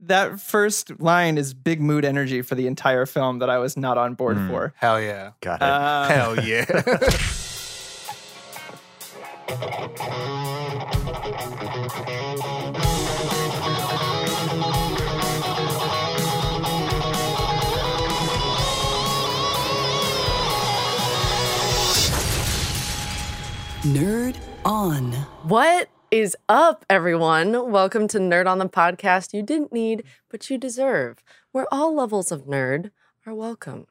that first line is big mood energy for the entire film that I was not on board for. Hell yeah. Got it. Um, Hell yeah. Nerd on. What is up, everyone? Welcome to Nerd on the Podcast you didn't need, but you deserve, where all levels of nerd are welcome.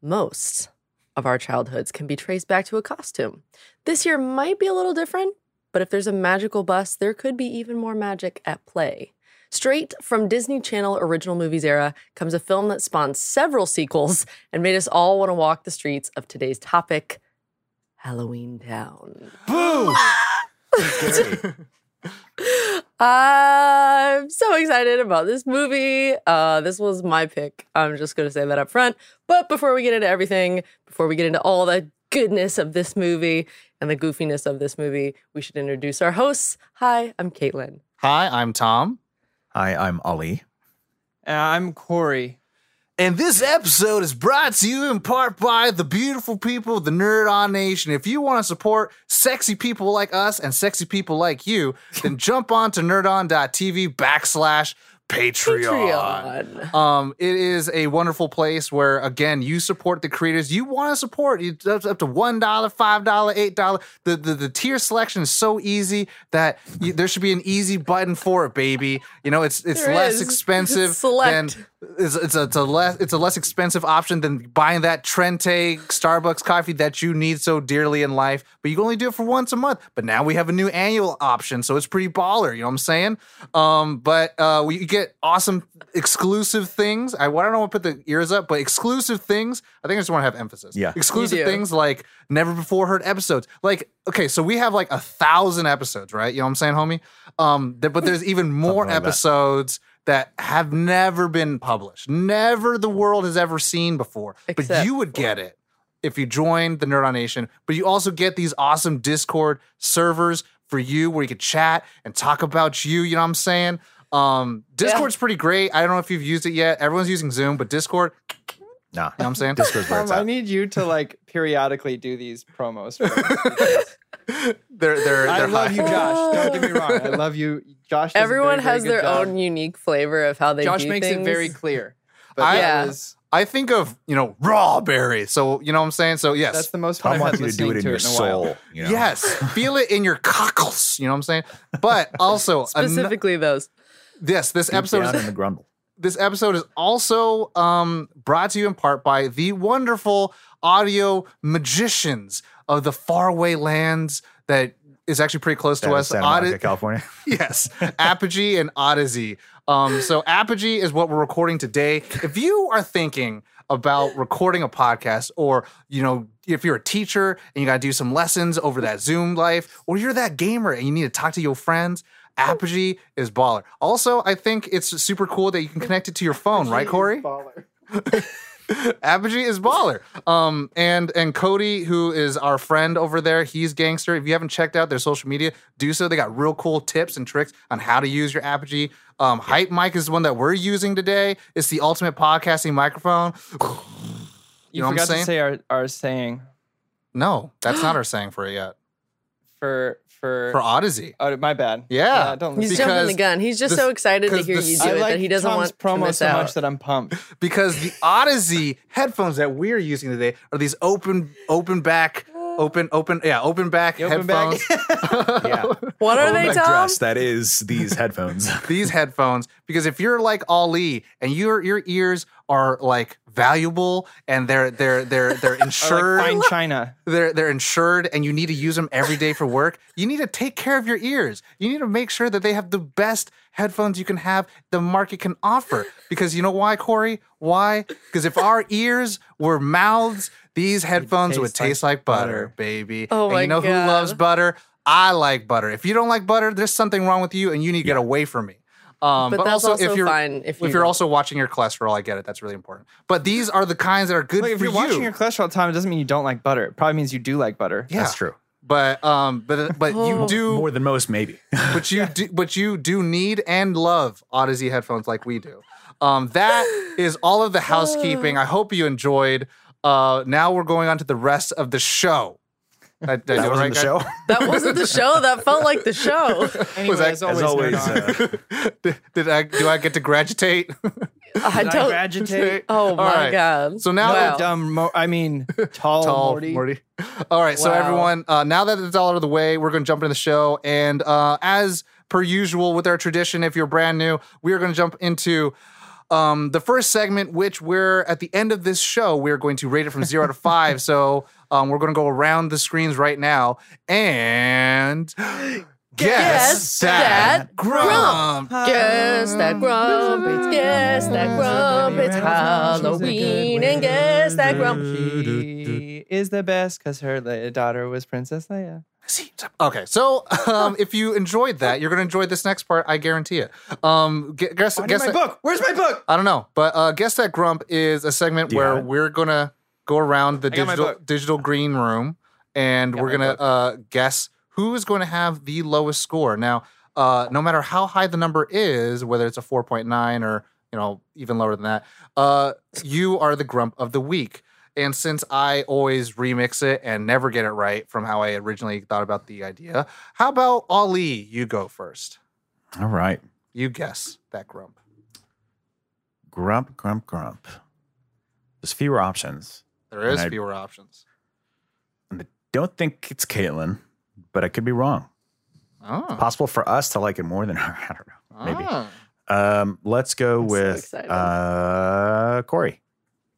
Most of our childhoods can be traced back to a costume. This year might be a little different, but if there's a magical bus, there could be even more magic at play. Straight from Disney Channel original movies era comes a film that spawned several sequels and made us all want to walk the streets of today's topic Halloween Town. Boo! I'm so excited about this movie. Uh, this was my pick. I'm just going to say that up front. But before we get into everything, before we get into all the goodness of this movie and the goofiness of this movie, we should introduce our hosts. Hi, I'm Caitlin. Hi, I'm Tom. Hi, I'm Ollie. Uh, I'm Corey. And this episode is brought to you in part by the beautiful people of the Nerd On Nation. If you want to support sexy people like us and sexy people like you, then jump on to nerdon.tv backslash Patreon. Um, it is a wonderful place where again you support the creators you want to support. It's up up to one dollar, five dollar, eight dollar. The, the the tier selection is so easy that you, there should be an easy button for it, baby. You know, it's it's There less is. expensive Select. than it's, it's, a, it's a less it's a less expensive option than buying that Trente Starbucks coffee that you need so dearly in life. But you can only do it for once a month. But now we have a new annual option, so it's pretty baller. You know what I'm saying? Um, but uh, we you get awesome exclusive things. I, I don't want to put the ears up, but exclusive things. I think I just want to have emphasis. Yeah. exclusive do. things like never before heard episodes. Like okay, so we have like a thousand episodes, right? You know what I'm saying, homie? Um, th- but there's even more Something like that. episodes that have never been published, never the world has ever seen before. but Except you would get it if you joined the Nerd On Nation. But you also get these awesome Discord servers for you where you could chat and talk about you. You know what I'm saying? Um, Discord's pretty great. I don't know if you've used it yet. Everyone's using Zoom, but Discord, you Nah. know what I'm saying? Discord's where Tom, it's I at. need you to like periodically do these promos. For us. they're they're, I they're love high. you, Josh. Don't get me wrong. I love you, Josh. does a Everyone very, very has good their job. own unique flavor of how they Josh do makes things. it very clear. But I- that Yeah. is- I think of, you know, raw berry. So, you know what I'm saying? So, yes. that's the most fun I I've want had you to listening do it in to your in a while. soul. You know? Yes, feel it in your cockles. You know what I'm saying? But also, an- Specifically, those. yes, this Deep episode down is in the grundle. this episode is also um, brought to you in part by the wonderful audio magicians of the faraway lands that is actually pretty close That to is us. Santa Audi- Monica, California. yes, Apogee and Odyssey. Um, so Apogee is what we're recording today. If you are thinking about recording a podcast, or you know, if you're a teacher and you got to do some lessons over that Zoom life, or you're that gamer and you need to talk to your friends. Apogee is baller. Also, I think it's super cool that you can connect it to your phone, right, Corey? Apogee is baller. Um, and and Cody, who is our friend over there, he's gangster. If you haven't checked out their social media, do so. They got real cool tips and tricks on how to use your Apogee. Um, Hype mic is the one that we're using today. It's the ultimate podcasting microphone. You, know what I'm forgot saying? to say our, our saying No, that's not our saying for it yet. for for. For Odyssey. oh, my bad. Yeah. don't He's listen. jumping the Because gun. He's just the- so excited to because hear the- you do I it that he doesn't Tom's want to promo miss so out. much that I'm pumped. Because the Odyssey headphones that we're using today are these open, open back, open, open, yeah, open back The open back- headphones. Yeah. what are they, That Tom? dress, Oh that is these headphones. these headphones because if you're like Ali and your your ears are like valuable and they're they're they're they're Or insured like fine china. they're they're insured and you need to use them every day for work you need to take care of your ears you need to make sure that they have the best headphones you can have the market can offer because you know why Corey why because if our ears were mouths these headphones taste would taste like like, butter, butter. baby Oh and my you know who God. loves butter I like butter if you don't like butter there's something wrong with you and you need to get away from me um, But that's also if you're fine if you you're don't. also watching your cholesterol, I get it. That's really important. But these are the kinds that are good Look, if for you're you. watching your cholesterol time, it doesn't mean you don't like butter. It probably means you do like butter. Yeah. That's true. But um, but but you Oh. do, More than most, maybe. but you do, but you do need and love Odyssey headphones like we do. Um, that is all of the housekeeping. I hope you enjoyed. Uh, now we're going on to the rest of the show. I- did I do That it right, wasn't the guys? show. That wasn't the show. That felt like the show. Anyway, that- as always, As always, Nerd On. uh, did, did I do I get to graduate? I Did I don't. gradutate? oh All my right. god. So now Wow. Dumb. Mo- I mean, tall, tall Morty. Morty. All right, so Wow. everyone, uh, now that it's all out of the way, we're going to jump into the show. And uh, as per usual with our tradition, if you're brand new, we are going to jump into um, the first segment, which we're at the end of this show, we're going to rate it from zero to five. So um, we're going to go around the screens right now and guess, Guess that grump. Guess that Grumpets, guess that Grumpets, Halloween, and guess that Grump. She is the best because her la- daughter was Princess Leia. Okay, so um, if you enjoyed that, you're going to enjoy this next part. I guarantee it. Um, gu- guess, I need guess my that- book. Where's my book? I don't know, but uh, guess that grump is a segment Yeah. where we're gonna go around the I got my digital book. digital green room, and Got we're my gonna book. uh, guess who is going to have the lowest score. Now, uh, no matter how high the number is, whether it's a four point nine or you know even lower than that, uh, you are the grump of the week. And since I always remix it and never get it right from how I originally thought about the idea, how about Ali? You go first. uh, All right. You guess that grump. Grump, grump, grump. There's fewer options. There is And I- fewer options. Don't think it's Caitlin, but I could be wrong. Oh. Possible for us to like it more than her. I don't know. Maybe. Ah. Um, let's go I'm so with excited. uh, Corey,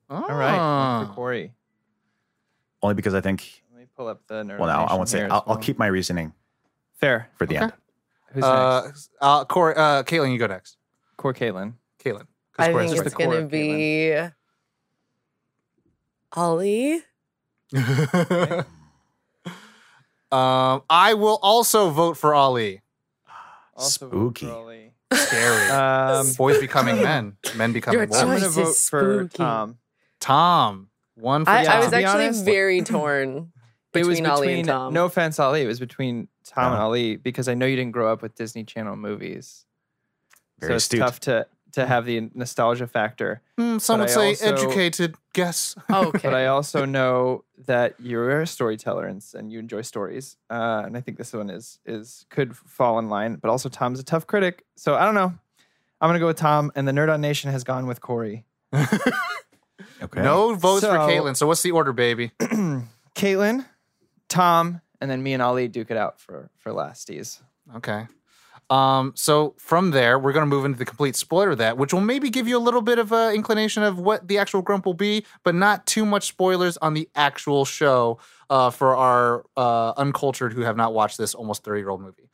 All ah. right. for Corey. only because I think. Let me pull up the nerd. Well, no, I Nation won't say. here it. as I'll, I'll well. keep my reasoning fair. for the Okay. end. Who's next? Uh, uh, Corey, uh, Caitlin, you go next. Core Caitlin. Caitlin. 'cause I Corey's think just it's the core gonna of be Ollie. right. um, I will also vote for Ali. Also vote for Spooky. Ollie. Scary. Um, Boys becoming men, men becoming Your I'm women. gonna Choice vote is for um, spooky. Tom. Tom, one for I, Yeah, I Tom. was to be actually honest- very torn It between, was between uh, Ollie and Tom. no offense, Ali. It was between Tom and Yeah. Ali because I know you didn't grow up with Disney Channel movies, Very so it's astute. tough to to have the nostalgia factor. Hmm, some but would I say also- educated guess. Oh, Okay. But I also know that you're a storyteller and, s- and you enjoy stories, uh, and I think this one is is could fall in line. But also, Tom's a tough critic, so I don't know. I'm gonna go with Tom, and the Nerd on Nation has gone with Corey. Okay. No votes for So- Caitlin. So what's the order, baby? Caitlin, Tom, and then me and Ali duke it out for for lasties. Okay. Um, so from there, we're going to move into the complete spoiler of that, which will maybe give you a little bit of an inclination of what the actual grump will be, but not too much spoilers on the actual show uh, for our uh, uncultured who have not watched this almost 30 year old movie.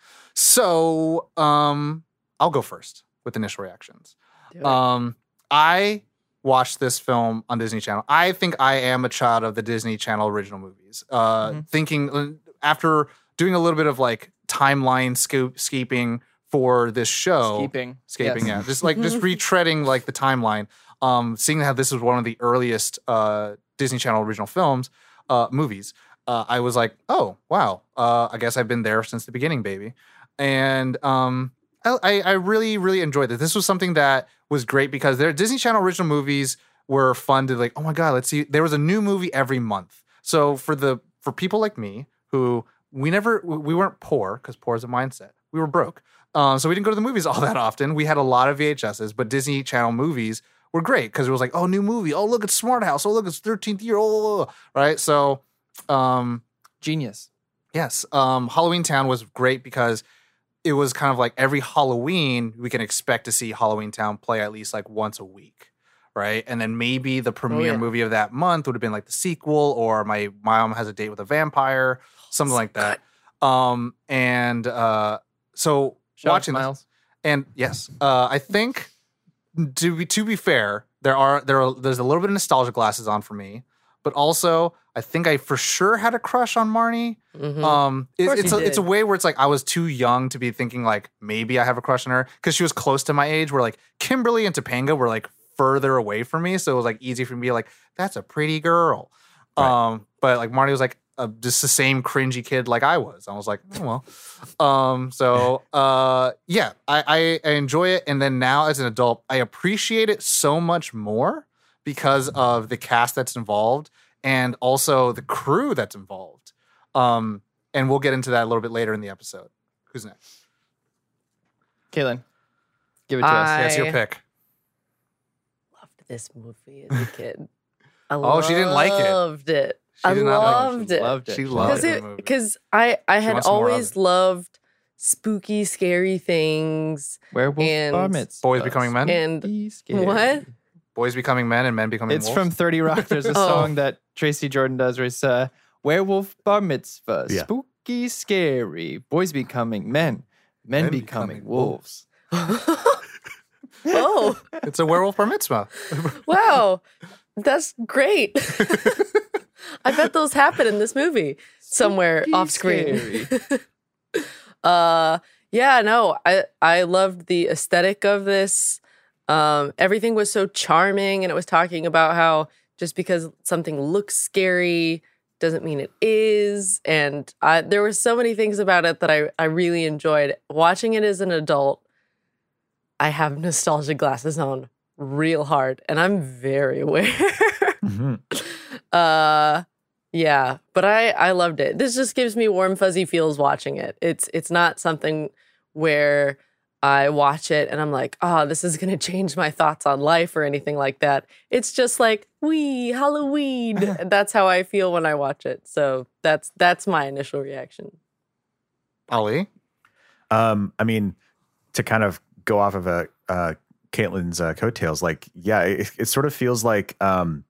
So um, I'll go first with initial reactions. Do it. Um, I watched this film on Disney Channel. I think I am a child of the Disney Channel original movies. Uh, Mm-hmm. Mhm. Thinking uh, after doing a little bit of like timeline scoop skeeping for this show, Keeping, escaping yeah just like just retreading like the timeline um seeing how this was one of the earliest uh disney channel original films uh movies uh i was like oh wow uh i guess i've been there since the beginning baby and um i i I really really enjoyed this this was something that was great because their disney channel original movies were fun to like oh my god let's see there was a new movie every month so for the for people like me who we never we we weren't poor because poor is a mindset we were broke um, so we didn't go to the movies all that often. We had a lot of VHSs, but Disney Channel movies were great because it was like, oh, new movie. Oh, look, it's Smart House. Oh, look, it's 13th year. Oh, right. So, um, genius. yes, um, Halloween Town was great because it was kind of like every Halloween, we can expect to see Halloween Town play at least like once a week. Right. And then maybe the premiere yeah. movie of that month would have been like the sequel or My Mom Has a Date with a Vampire, something like that. Um, and uh, so Shout out watching to this- Miles. and yes, uh, I think to be to be fair, there are there are, there's a little bit of nostalgia glasses on for me, but also I think I for sure had a crush on Marnie. Uh, Mhm. Um, it- course it's you a, it's a did. way where it's like I was too young to be thinking like maybe I have a crush on her because she was close to my age. Where like Kimberly and Topanga were like further away from me, so it was like easy for me to be like that's a pretty girl. Right. Um, but like Marnie was like a, just the same cringy kid like I was. I was like, oh, well. Um, so uh, yeah, I, I I enjoy it, and then now as an adult, I appreciate it so much more because of the cast that's involved and also the crew that's involved. Um, and we'll get into that a little bit later in the episode. Who's next? Caitlin, give it to us. I Yes, your pick. loved this movie as a kid. I Oh, she didn't like it. Loved it. She I did not like it. loved it. Oh, Loved it. She loved Loved Because it. it. it, movie. because I, I She had wants more of always it. loved spooky, scary things. Werewolf And- bar mitzvahs. Boys becoming men. And Be scary. What? Boys becoming men and men becoming. It's wolves? from 30 Rock. There's a Oh. song that Tracy Jordan does where it's uh, Werewolf Bar Mitzvah. Yeah. Spooky, scary. Boys becoming men. Men, Men becoming, becoming wolves. oh, It's a werewolf bar mitzvah. wow. That's great. I bet those happen in this movie somewhere Spooky, off screen. scary. uh yeah no i i loved the aesthetic of this um everything was so charming and it was talking about how just because something looks scary doesn't mean it is and I, there were so many things about it that I, I really enjoyed watching it as an adult i have nostalgia glasses on real hard and i'm very aware hmm uh yeah, but I I loved it. This just gives me warm fuzzy feels watching it. It's it's not something where I watch it and I'm like, "Oh, this is going to change my thoughts on life or anything like that." It's just like, "Wee, Halloween." that's how I feel when I watch it. So, that's that's my initial reaction. Ali. Um, I mean, to kind of go off of a uh, Caitlin's uh, coattails, like, yeah, it, it sort of feels like, um,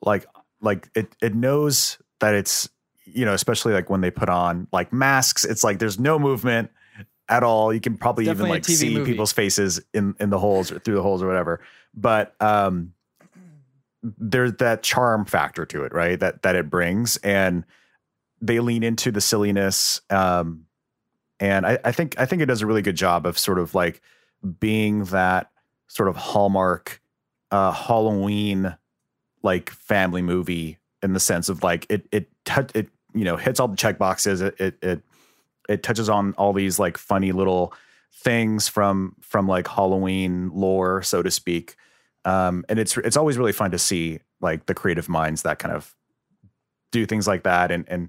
like, like it it knows that it's you know, especially like when they put on like masks, it's like there's no movement at all. You can probably even Definitely a like TV see movie. people's faces in in the holes or through the holes or whatever. But um, there's that charm factor to it, right? That that it brings, and they lean into the silliness. Um, and I, I think I think it does a really good job of sort of like being that sort of hallmark uh, Halloween like family movie in the sense of like it it tou- it you know hits all the check boxes it it it, it touches on all these like funny little things from from like Halloween lore so to speak um and it's it's always really fun to see like the creative minds that kind of do things like that and and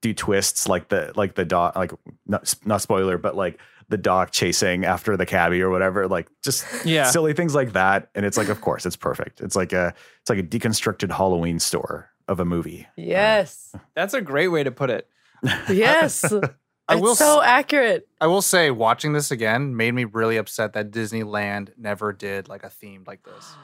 do twists like the like the dog like not, not spoiler but like the dog chasing after the cabbie or whatever like just Yeah. silly things like that and it's like of course it's perfect it's like a it's like a deconstructed halloween store of a movie Yes. That's a great way to put it. yes. I it's will so s- accurate. I will say, watching this again made me really upset that Disneyland never did like a theme like this.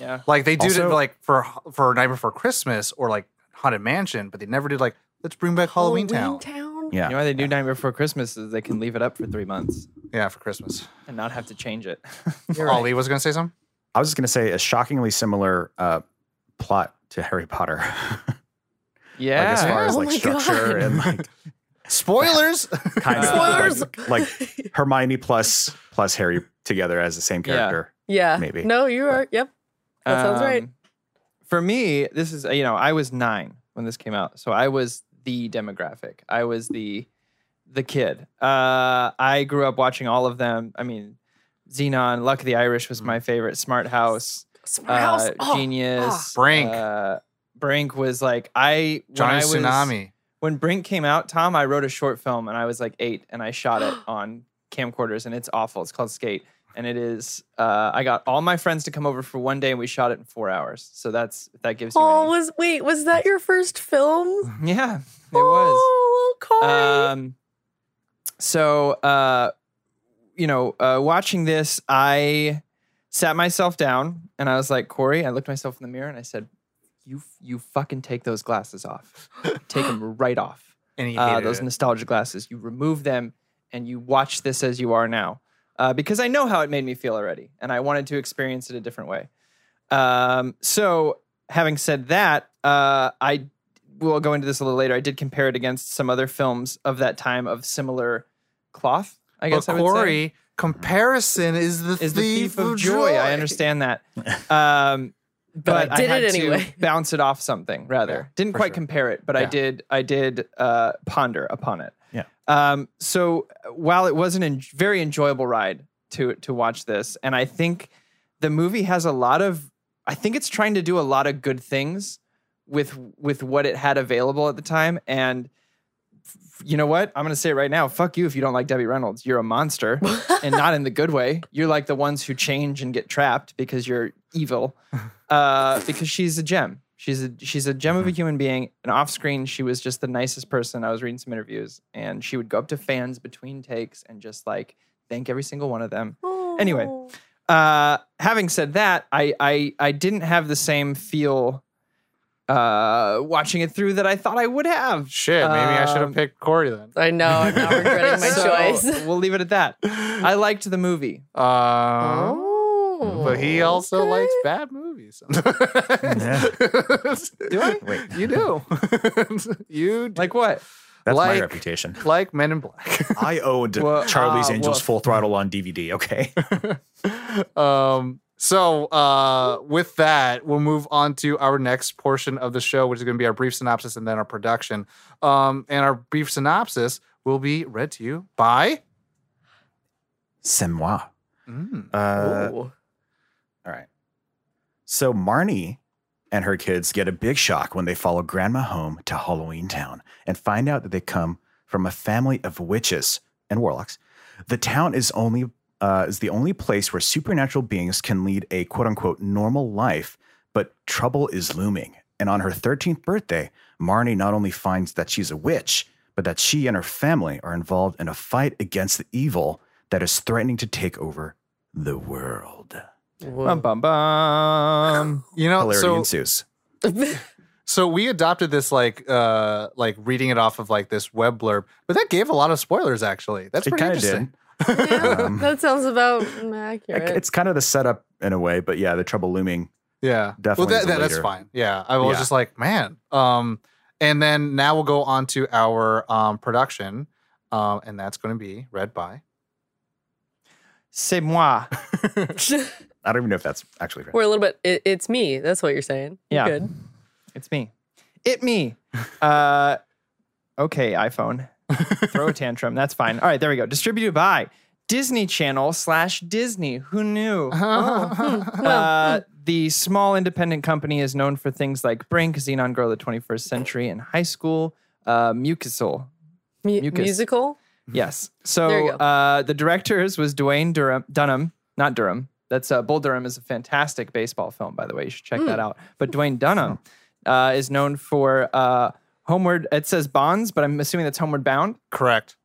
Yeah. Like they did it Also- like for for Night Before Christmas or like Haunted Mansion, but they never did like let's bring back Halloween, Town. Town? yeah You know why they do Night Before Christmas is they can leave it up for three months Yeah, for Christmas. and not have to change it. Ali was gonna say something. i was just going to say a shockingly similar uh plot to harry potter like yeah. as far as Oh like my structure God. and like Spoilers. kind of Spoilers. like, like hermione plus plus harry together as the same Yeah. character Yeah. Maybe. No, you are. Yep. That sounds right. Um, For me, this is you know I was nine when this came out, so I was the demographic. I was the the kid. Uh, I grew up watching all of them. I mean, Xenon, Luck of the Irish was my favorite. Smart House, Mm. Smart House. uh, Oh, Genius, Brink. Uh, Brink was like I when Johnny I was, Tsunami. when Brink came out, Tom, I wrote a short film and I was like eight and I shot it on camcorders and it's awful. It's called Skate. And it is, uh, I got all my friends to come over for one day and we shot it in four hours. So that's, if that gives you Oh, any- was wait, was that your first film? Yeah, it was. Oh, little Corey. Um, so, uh, you know, uh, watching this, I sat myself down and I was like, Corey, I looked myself in the mirror and I said, you, you fucking take those glasses off. take them right off And he uh, hated those it. nostalgia glasses. You remove them and you watch this as you are now. Uh, because I know how it made me feel already, and I wanted to experience it a different way. Um, so, having said that, uh, I will go into this a little later. I did compare it against some other films of that time of similar cloth. I guess but I would say Corey, comparison is the is the thief, thief of joy. I understand that. Um, but, I did I had it to anyway. bounce it off something rather. Didn't for quite sure. compare it, but I Yeah. did. I did uh, ponder upon it. Yeah. Um, so uh, while it was an en- very enjoyable ride to to watch this, and I think the movie has a lot of, I think it's trying to do a lot of good things with with what it had available at the time, and f- you know what? I'm gonna say it right now. Fuck you if you don't like Debbie Reynolds. You're a monster, and not in the good way. You're like the ones who change and get trapped because you're evil uh, because she's a gem. She's a she's a gem of Mm-hmm. a human being. And off screen, she was just the nicest person. I was reading some interviews, and she would go up to fans between takes and just like thank every single one of them. Anyway. Oh. Uh, having said that, I I I didn't have the same feel uh, watching it through that I thought I would have. Shit, maybe I should Um, have picked Corey then. I know. I'm now regretting my so choice. we'll leave it at that. I liked the movie. Um, Oh. but he also okay. likes bad movies. sometimes. Do I? Wait. You do. you do. Like what? That's Like- my reputation. like Men in Black. I owned Wha- Charlie's ah, Angels woof. Full Throttle on DVD. Okay. um so uh with that we'll move on to our next portion of the show which is going to be our brief synopsis and then our production um and our brief synopsis will be read to you by C'est moi. Mm. Uh, Ooh. All right. So Marnie and her kids get a big shock when they follow Grandma home to Halloween Town and find out that they come from a family of witches and warlocks. The town is only uh, is the only place where supernatural beings can lead a quote unquote normal life, but trouble is looming. And on her 13th birthday, Marnie not only finds that she's a witch, but that she and her family are involved in a fight against the evil that is threatening to take over the world Bum Whoa. bum bum. you know hilarity so ensues. so we adopted this like uh like reading it off of like this web blurb but that gave a lot of spoilers actually that's It pretty kinda interesting Yeah, Um, that sounds about Like, accurate. It's kind of the setup in a way, but yeah, the trouble looming. Yeah, Definitely Well, that, the that- that's leader. fine. Yeah, I was Yeah. just like, man. Um, and then now we'll go on to our um production, um, and that's going to be read by. C'est moi. I don't even know if that's actually right. We're a little bit. It, it's me. That's what you're saying. You're Yeah. Good. It's me. It me. Uh, okay, iPhone. Throw a tantrum. That's fine. All right, there we go. Distributed by Disney Channel slash Disney. Who knew? Uh-huh. Uh, the small independent company is known for things like Brink, Xenon Girl of the 21st Century, and High School uh, Mucosal. Mu- Mucus. musical. Yes. There So you go. uh, the directors was Dwayne Durham, Dunham, not Durham. That's uh, Bull Durham is a fantastic baseball film, by the way. You should check Hmm. that out. But Dwayne Dunham uh, is known for uh, Homeward. It says Bonds, but I'm assuming that's Homeward Bound. Correct.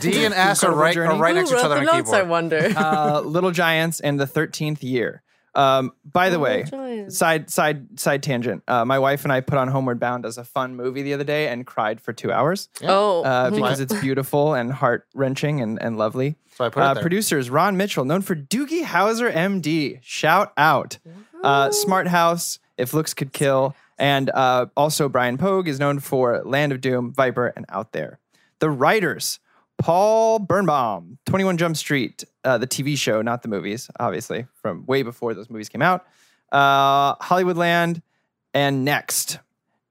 D and S are Incredible right are journey. right Who next to each wrote other the on notes? I keyboard. wonder. Uh, Little Giants and the Thirteenth Year. Um, by the way, Little Giants. side side side tangent. Uh, my wife and I put on Homeward Bound as a fun movie the other day and cried for two hours oh, uh, mhm. because it's beautiful and heart wrenching and, and lovely. So I put it there. Producers Uh, Ron Mitchell, known for Doogie Howser, MD. Shout out. Uh, Smart House, If Looks Could Kill. And uh, also, Brian Pogue is known for Land of Doom, Viper, and Out There. The writers Paul Birnbaum, 21 Jump Street, uh, the TV show, not the movies, obviously, from way before those movies came out. Uh, Hollywoodland, and next.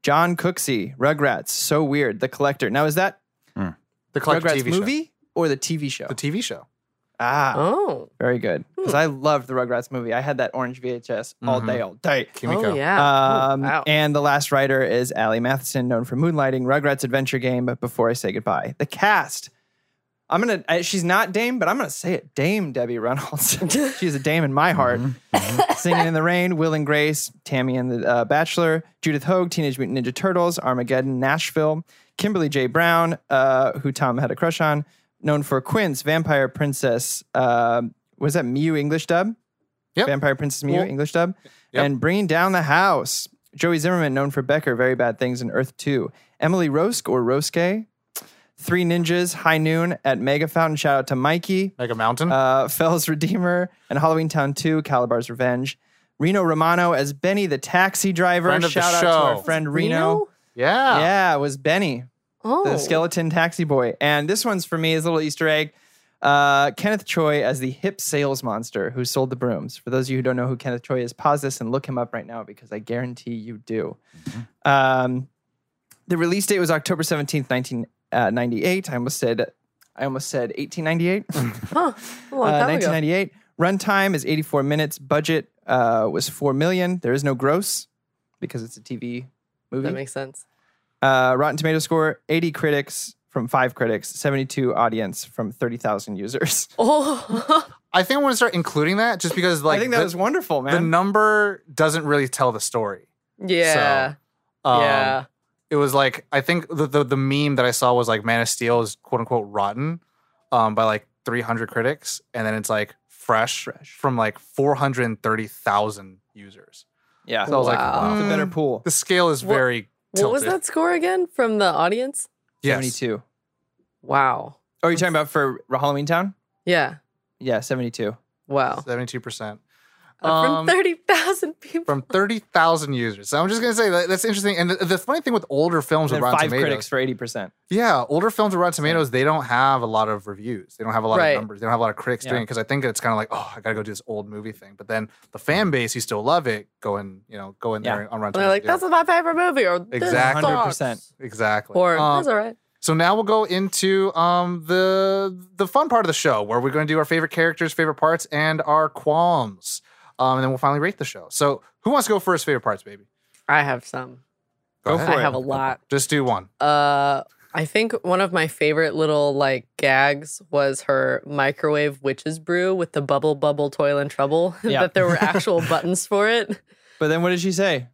John Cooksey, Rugrats, So Weird, The Collector. Now, is that the collective Rugrats TV show. movie or the TV show? The TV show. ah. oh, Very good. Because I loved the Rugrats movie. I had that orange VHS all Mhm. day, all day. Kimiko. oh yeah. Oh, Um, wow. And the last writer is Allie Matheson, known for Moonlighting, Rugrats Adventure Game, But Before I Say Goodbye. The cast. I'm going to, she's not Dame, but I'm going to say it Dame Debbie Reynolds. she's a Dame in my heart. Singing in the Rain, Will and Grace, Tammy and the uh, Bachelor, Judith Hogue, Teenage Mutant Ninja Turtles, Armageddon, Nashville, Kimberly J. Brown, uh, who Tom had a crush on, known for Quince, Vampire Princess. um was that Mew English dub? Yep. Vampire Princess Mew Cool. English dub. Yep. And Bringing Down the House. Joey Zimmerman, known for Becker, Very Bad Things, and Earth 2. Emily Rosk or Roske. Three Ninjas, High Noon at Mega Fountain. Shout out to Mikey Mega Mountain. uh, Fell's Redeemer, and Halloween Town 2, Calabar's Revenge. Reno Romano as Benny the taxi driver. Friend of the Shout out to our show. friend Reno. yeah. Yeah, it was Benny, Oh, the skeleton taxi boy. And this one's for me is a little Easter egg. Uh, Kenneth Choi as the hip sales monster who sold the brooms. For those of you who don't know who Kenneth Choi is, pause this and look him up right now because I guarantee you do. Mm-hmm. Um, the release date was October 17th, 1998. I almost said I almost said 1898. Huh. Oh, A long Uh, time ago. 1998. Runtime is 84 minutes. Budget uh, was 4 million. There is no gross because it's a TV movie. That makes sense. Uh, Rotten Tomato score 80 critics from 5 critics, 72 audience from 30,000 users. Oh, I think I'm gonna start including that just because like I think that the, was wonderful, the man. number doesn't really tell the story. yeah. Um, yeah. It was like I think the, the the meme that I saw was like Man of Steel is quote unquote rotten um, by like 300 critics, and then it's like fresh, from like 430,000 users. yeah. So I was like, mm, Wow. wow. it's a better pool. The scale is What- very What was tilted. that score again from the audience? Yes. 72. Wow. Oh, you're talking about for Halloween Town? Yeah. Yeah, 72. Wow. 72%. Uh, Um, from 30,000 people. From 30,000 users. So I'm just going to say that, that's interesting. And the, the funny thing with older films And then with 5 Rotten critics Tomatoes. for 80%. Yeah, older films with Rotten Tomatoes, they don't have a lot of reviews. They don't have a lot Right. of numbers. They don't have a lot of critics Yeah. doing it because I think it's kind of like, oh, I gotta go do this old movie thing. But then the fan base, you still love it. Go and you know, go in Yeah. there on Rotten And they're like, Tomatoes. that's my favorite movie. Or this Exactly. sucks. 100%. exactly. Or Um, that's all right. so now we'll go into um, the the fun part of the show where we're going to do our favorite characters, favorite parts, and our qualms. Um, and then we'll finally rate the show. So who wants to go first? Favorite parts, baby. I have some. Go for I it. have a lot. Just do one. Uh, I think one of my favorite little like gags was her microwave witch's brew with the bubble, bubble, toil and trouble. Yeah. that there were actual buttons for it. But then what did she say?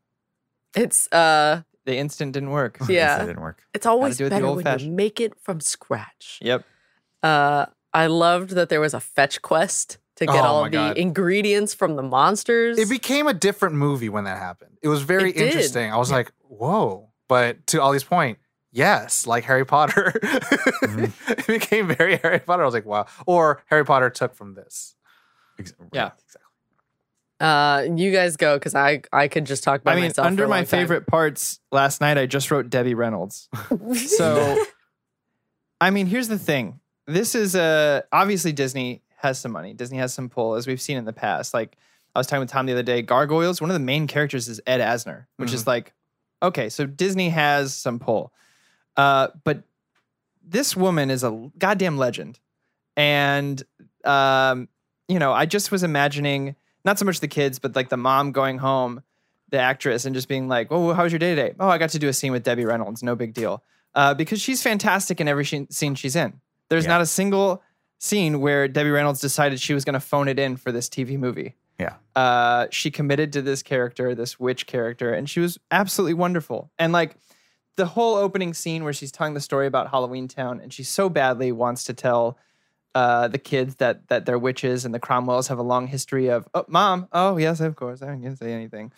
It's uh, The instant didn't work. Yeah. that didn't work. it's always do it the better when you old-fashioned. make it from scratch. Yep. Uh, I loved that there was a fetch quest to get Oh all my the God. ingredients from the monsters. It became a different movie when that happened. It was very It did. interesting. I was like, whoa. But to Ollie's point, yes, like Harry Potter. Mm-hmm. it became very Harry Potter. I was like, wow. Or Harry Potter took from this. Ex- Yeah. Exactly. uh, you guys go because I I could just talk by I mean, myself. for under a my long time. favorite parts last night, I just wrote Debbie Reynolds. So, I mean, here's the thing. This is a obviously Disney has some money. Disney has some pull, as we've seen in the past. Like I was talking with Tom the other day. Gargoyles. One of the main characters is Ed Asner, which is like, okay, so Disney has some pull. Uh, but this woman is a goddamn legend, and um, you know, I just was imagining not so much the kids, but like the mom going home, the actress, and just being like, "Oh, how was your day today? Oh, I got to do a scene with Debbie Reynolds. No big deal." Uh, because she's fantastic in every sheen- scene she's in. There's Yeah. not a single scene where Debbie Reynolds decided she was going to phone it in for this TV movie. Yeah. Uh, she committed to this character, this witch character, and she was absolutely wonderful. And like the whole opening scene where she's telling the story about Halloween Town, and she so badly wants to tell uh, the kids that that they're witches, and the Cromwells have a long history of oh, mom. Oh yes, of course. I didn't say anything.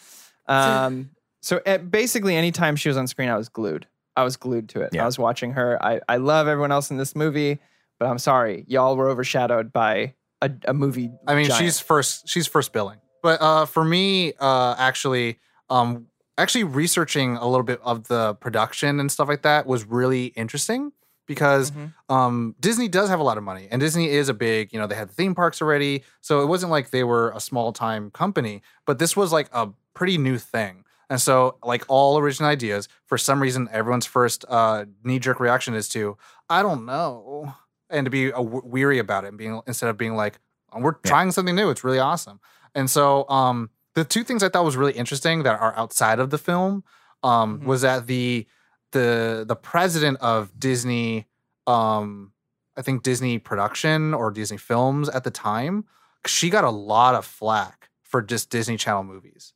Um, so at basically, anytime she was on screen, I was glued. I was glued to it. Yeah. I was watching her. I I love everyone else in this movie, but I'm sorry, y'all were overshadowed by a, a movie. I mean, giant. she's first she's first billing. But uh for me, uh actually, um actually researching a little bit of the production and stuff like that was really interesting because Mhm. um Disney does have a lot of money and Disney is a big, you know, they had the theme parks already. So it wasn't like they were a small time company, but this was like a pretty new thing. And so like all original ideas, for some reason everyone's first uh knee jerk reaction is to I don't know and to be uh, w- weary about it and being instead of being like "Oh, we're Yeah. trying something new. It's really awesome. And so um the two things I thought was really interesting that are outside of the film um Mhm. was that the the the president of Disney um I think Disney production or Disney films at the time, she got a lot of flack for just Disney Channel movies.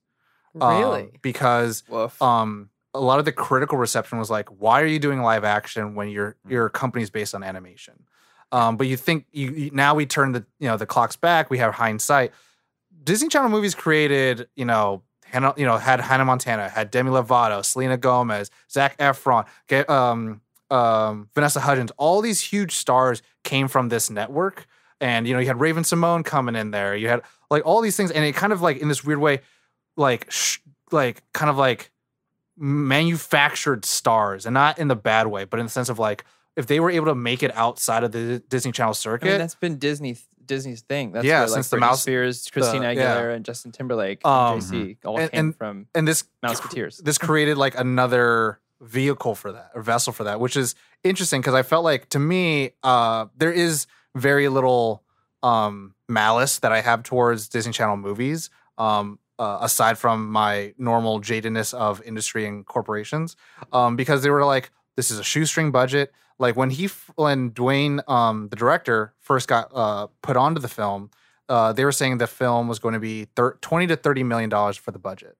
Um, really. because Woof. um a lot of the critical reception was like why are you doing live action when your your company's based on animation um but you think you, you now we turn the you know the clocks back we have hindsight disney channel movies created you know Hannah, you know, had Hannah Montana, had Demi Lovato, Selena Gomez, Zach Efron, Ga- um, um, Vanessa Hudgens. All these huge stars came from this network, and you know, you had Raven Simone coming in there. You had like all these things, and it kind of like in this weird way, like sh- like kind of like manufactured stars and not in the bad way but in the sense of like if they were able to make it outside of the Disney Channel circuit, I mean, that's been Disney Disney's thing. That's Yeah, where, like since the Britney Mouse- Spears, Christina the- yeah. Aguilera, and Justin Timberlake, Um, and JC all and- came and- from and this Mouseketeers. this created like another vehicle for that or vessel for that, which is interesting because I felt like to me, uh, there is very little um, malice that I have towards Disney Channel movies, um, uh, aside from my normal jadedness of industry and corporations, um, because they were like, this is a shoestring budget. Like when he, f- when Dwayne, um, the director, first got uh, put onto the film, uh, they were saying the film was going to be thir- 20 to 30 million dollars for the budget.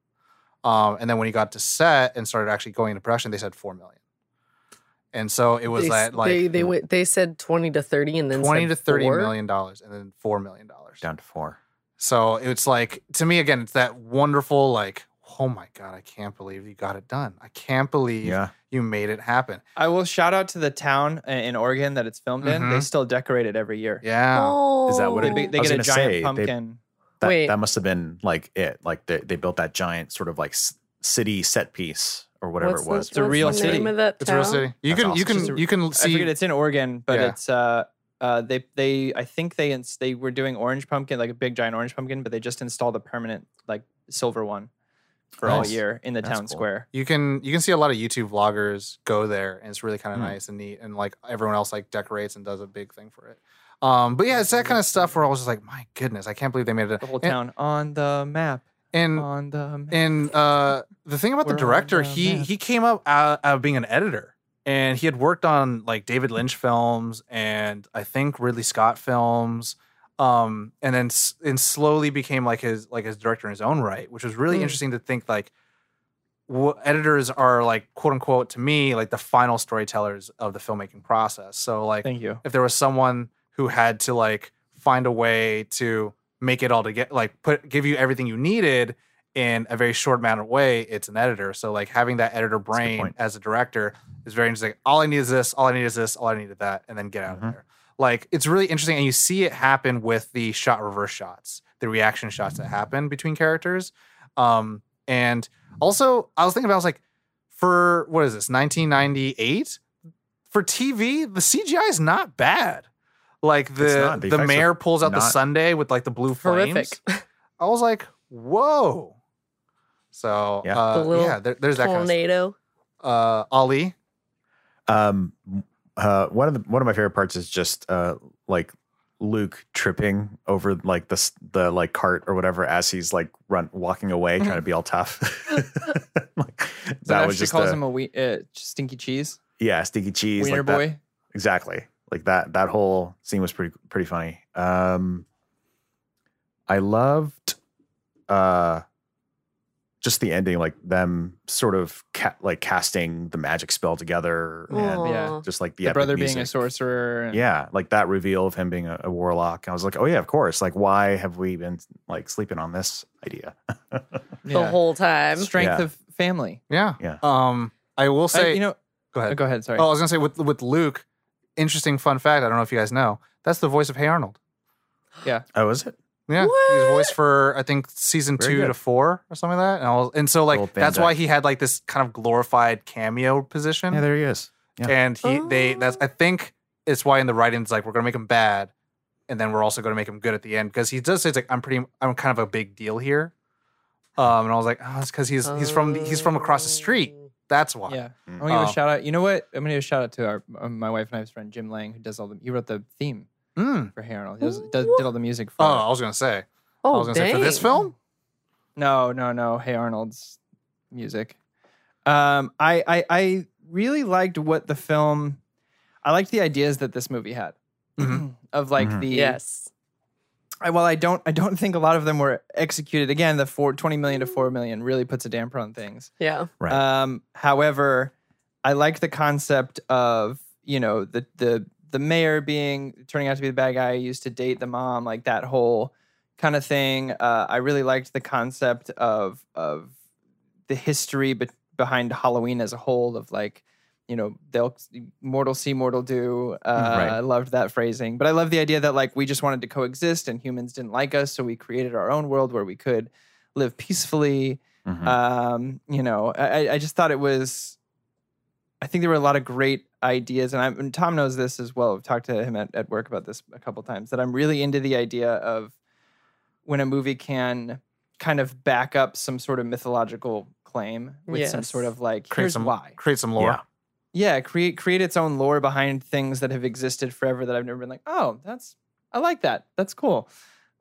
Um, and then when he got to set and started actually going into production, they said 4 million. And so it was they, s- that like they they, went, they said twenty to thirty, and then 20 said to thirty four? million dollars and then 4 million dollars. down to four. So it's like to me again, it's that wonderful like, oh my god, I can't believe you got it done. I can't believe Yeah. you made it happen. I will shout out to the town i- in Oregon that it's filmed in. They Mhm. still decorate it every year. Yeah, Oh, Is that what They, it- be- they I was get a gonna giant say, they- pumpkin. That, Wait. that must have been like it. Like they, they built that giant sort of like s- city set piece or whatever what's it was. The, a what's real the city. Name of that it's a real town? city. You That's can you awesome. can you can I forget see. it's in Oregon, but Yeah. it's uh uh they they I think they ins- they were doing orange pumpkin like a big giant orange pumpkin, but they just installed a permanent like silver one for all Nice. year in the That's town cool. square. You can you can see a lot of YouTube vloggers go there, and it's really kind of Mm. Hmm. nice and neat. And like everyone else like decorates and does a big thing for it. Um, but yeah, it's that kind of stuff where I was just like, my goodness, I can't believe they made it. The whole And- town on the map. And, On the map. And uh, the thing about We're the on director, Mm-hmm. the he map. he came up out, out of being an editor, and he had worked on like David Lynch films and I think Ridley Scott films, um, and then s- and slowly became like his like his director in his own right, which was really Mm. interesting to think like. wh- editors are like quote unquote to me like the final storytellers of the filmmaking process. So like Thank you. if there was someone who had to like find a way to make it all together, like put give you everything you needed in a very short amount of way, it's an editor. So like having that editor good brain point. as a director is very interesting. All I need is this. All I need is this. All I need is that, and then get out Mhm. of there. Like it's really interesting, and you see it happen with the shot reverse shots, the reaction shots that happen between characters. Um, and also, I was thinking about, I was like, for what is this, 1998? For TV, the CGI is not bad. Like It's the not. The the effects mayor pulls out the not- Sunday with like the blue flames. Horrific. I was like, whoa. So Yeah. uh, The little yeah, there- there's that kind of Tornado. uh, Ali. Um, uh, one of the one of my favorite parts is just uh, like Luke tripping over like the s- the like cart or whatever as he's like run walking away trying to be all tough. like, So that now was she just calls a- him a we- uh, stinky cheese. yeah, sticky cheese. Wiener Like that, boy. exactly. Like that that whole scene was pretty pretty funny. Um, I loved uh just the ending, like them sort of ca- like casting the magic spell together and yeah. Aw. just like the, the epic brother being a music. sorcerer. and- Yeah, like that reveal of him being a, a warlock. I was like, oh yeah, of course. Like, why have we been like sleeping on this idea? the yeah. whole time. strength Yeah. of family. Yeah. Yeah. Um, I Uh, will I- say, you know, go oh, ahead. go ahead. Sorry. Oh, I was gonna say with with Luke, interesting fun fact. I don't know if you guys know. That's the voice of Hey Arnold. Oh, is it? Yeah, he's voice What? for I think season Very two good. to four or something like that. And, I was, and so like Old Van that's why Dyke. he had like this kind of glorified cameo position. Um, Yeah, there he is. yeah. And he they that's Oh. I think it's why in the writing it's like we're gonna make him bad, and then we're also gonna make him good at the end because he does say it's like I'm pretty I'm kind of a big deal here. Um, and I was like, oh, it's because he's he's from he's from across the street. Oh. That's why. Mm. Yeah. I'm gonna give Oh. a shout out. You know what? I'm gonna give a shout out to our uh, my wife and I's friend Jim Lang, who does all the he wrote the theme Mm. for Hey Arnold. He does, does, did all the music for. Oh, it. I was gonna say. Oh, I was gonna say for this Oh, dang. film. No, no, no. Hey Arnold's music. Um, I, I I really liked what the film. I liked the ideas that this movie had Mhm. of like Mhm. the Yes. I, well, I don't I don't think a lot of them were executed. Again, the four, 20 million to four million really puts a damper on things. Yeah. Right. Um, however, I like the concept of you know the the the mayor being turning out to be the bad guy. Used to date the mom, like that whole kind of thing. Uh, I really liked the concept of of the history be- behind Halloween as a whole. Of like you know they'll mortal see mortal do. Uh, Mm, Right. I loved that phrasing, but I love the idea that like we just wanted to coexist and humans didn't like us, so we created our own world where we could live peacefully Mm-hmm. Mhm. um, you know, I, I- I just thought it was. I think there were a lot of great ideas, and, I'm, and Tom knows this as well. I've talked to him at, at work about this a couple times. That I'm really into the idea of when a movie can kind of back up some sort of mythological claim with some Yes. sort of like Create here's some why. Create some lore. Yeah. Yeah, create create its own lore behind things that have existed forever that I've never been like, oh, that's I like that. That's cool.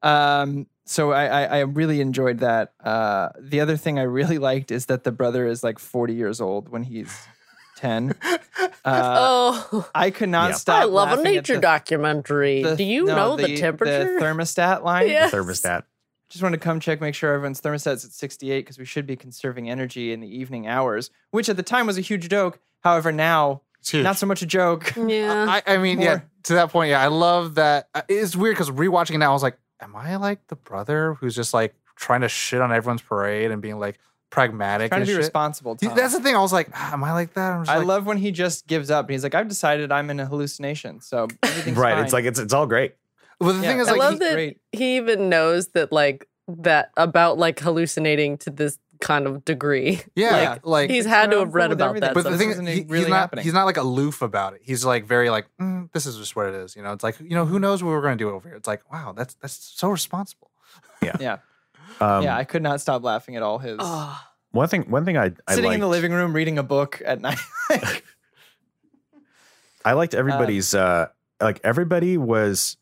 Um, so I, I I really enjoyed that. Uh, the other thing I really liked is that the brother is like 40 years old when he's 10. Uh, oh, I could not Yeah. stop. I love a laughing at nature the- documentary. the- Do you no, know the, temperature? thermostat line. Yeah. Yes. thermostat. Just wanted to come check, make sure everyone's thermostat's at 68 because we should be conserving energy in the evening hours, which at the time was a huge joke. However, now It's huge. not so much a joke. yeah. I, I mean, yeah, More. to that point, yeah, I love that. uh, It's weird because rewatching it now, I was like, am I like the brother who's just like trying to shit on everyone's parade and being like pragmatic? Trying to and be shit? responsible. Yeah, Tom. That's the thing. I was like, "Ah, am I like that? I'm just I like, love when he just gives up. He's like, I've decided I'm in a hallucination, so everything's Right. Fine. It's like it's it's all great. Well, the Yeah. thing is, I like, love he- that great. he even knows that like that about like hallucinating to this kind of degree. Yeah. yeah, like, He's had I'm to have cool read with about everything. that. but the this thing is, isn't he- really he's not happening. he's not like aloof about it. He's like very like, "Mm, this is just what it is. You know, it's like you know, who knows what we're gonna do over here. It's like, wow, that's that's so responsible. yeah, Um, yeah. I could not stop laughing at all his Oh, one thing. One thing I I sitting liked, in the living room reading a book at night. I Um, liked everybody's. uh Like everybody was,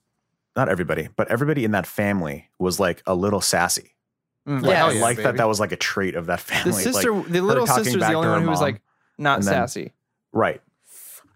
not everybody, but everybody in that family was like a little sassy. Mm, Yes. hell I like that. baby. That was like a trait of that family. the sister, like, the little talking sister's back the to only her one who was mom, like not and then- sassy. right.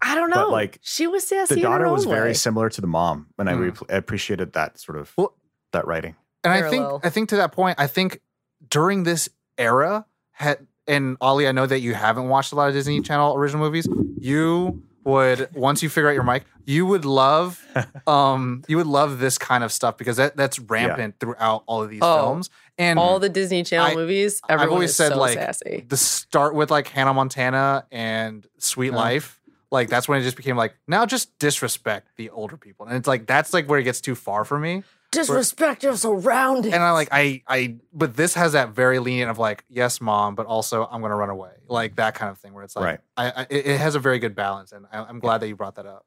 I don't But, know. like, she was sassy. the daughter in her was own very way. similar to the mom, and I, Mm. repl- I appreciated that sort of Well- that writing. and I Parallel. think I think to that point, I think during this era, had, and Ollie, I know that you haven't watched a lot of Disney Channel original movies. You would once you figure out your mic, you would love, um, you would love this kind of stuff because that that's rampant throughout all of these Oh. films. And all the Disney Channel I- movies. I've Everyone always is said, so like, sassy. the start with like Hannah Montana and Sweet Huh. Life. Like that's when it just became like now just disrespect the older people, and it's like that's like where it gets too far for me. Disrespect your surroundings. and I like I I but this has that very lenient of like yes mom but also I'm gonna run away like that kind of thing where it's like Right. I, I it it has a very good balance and I, I'm glad that you brought that up.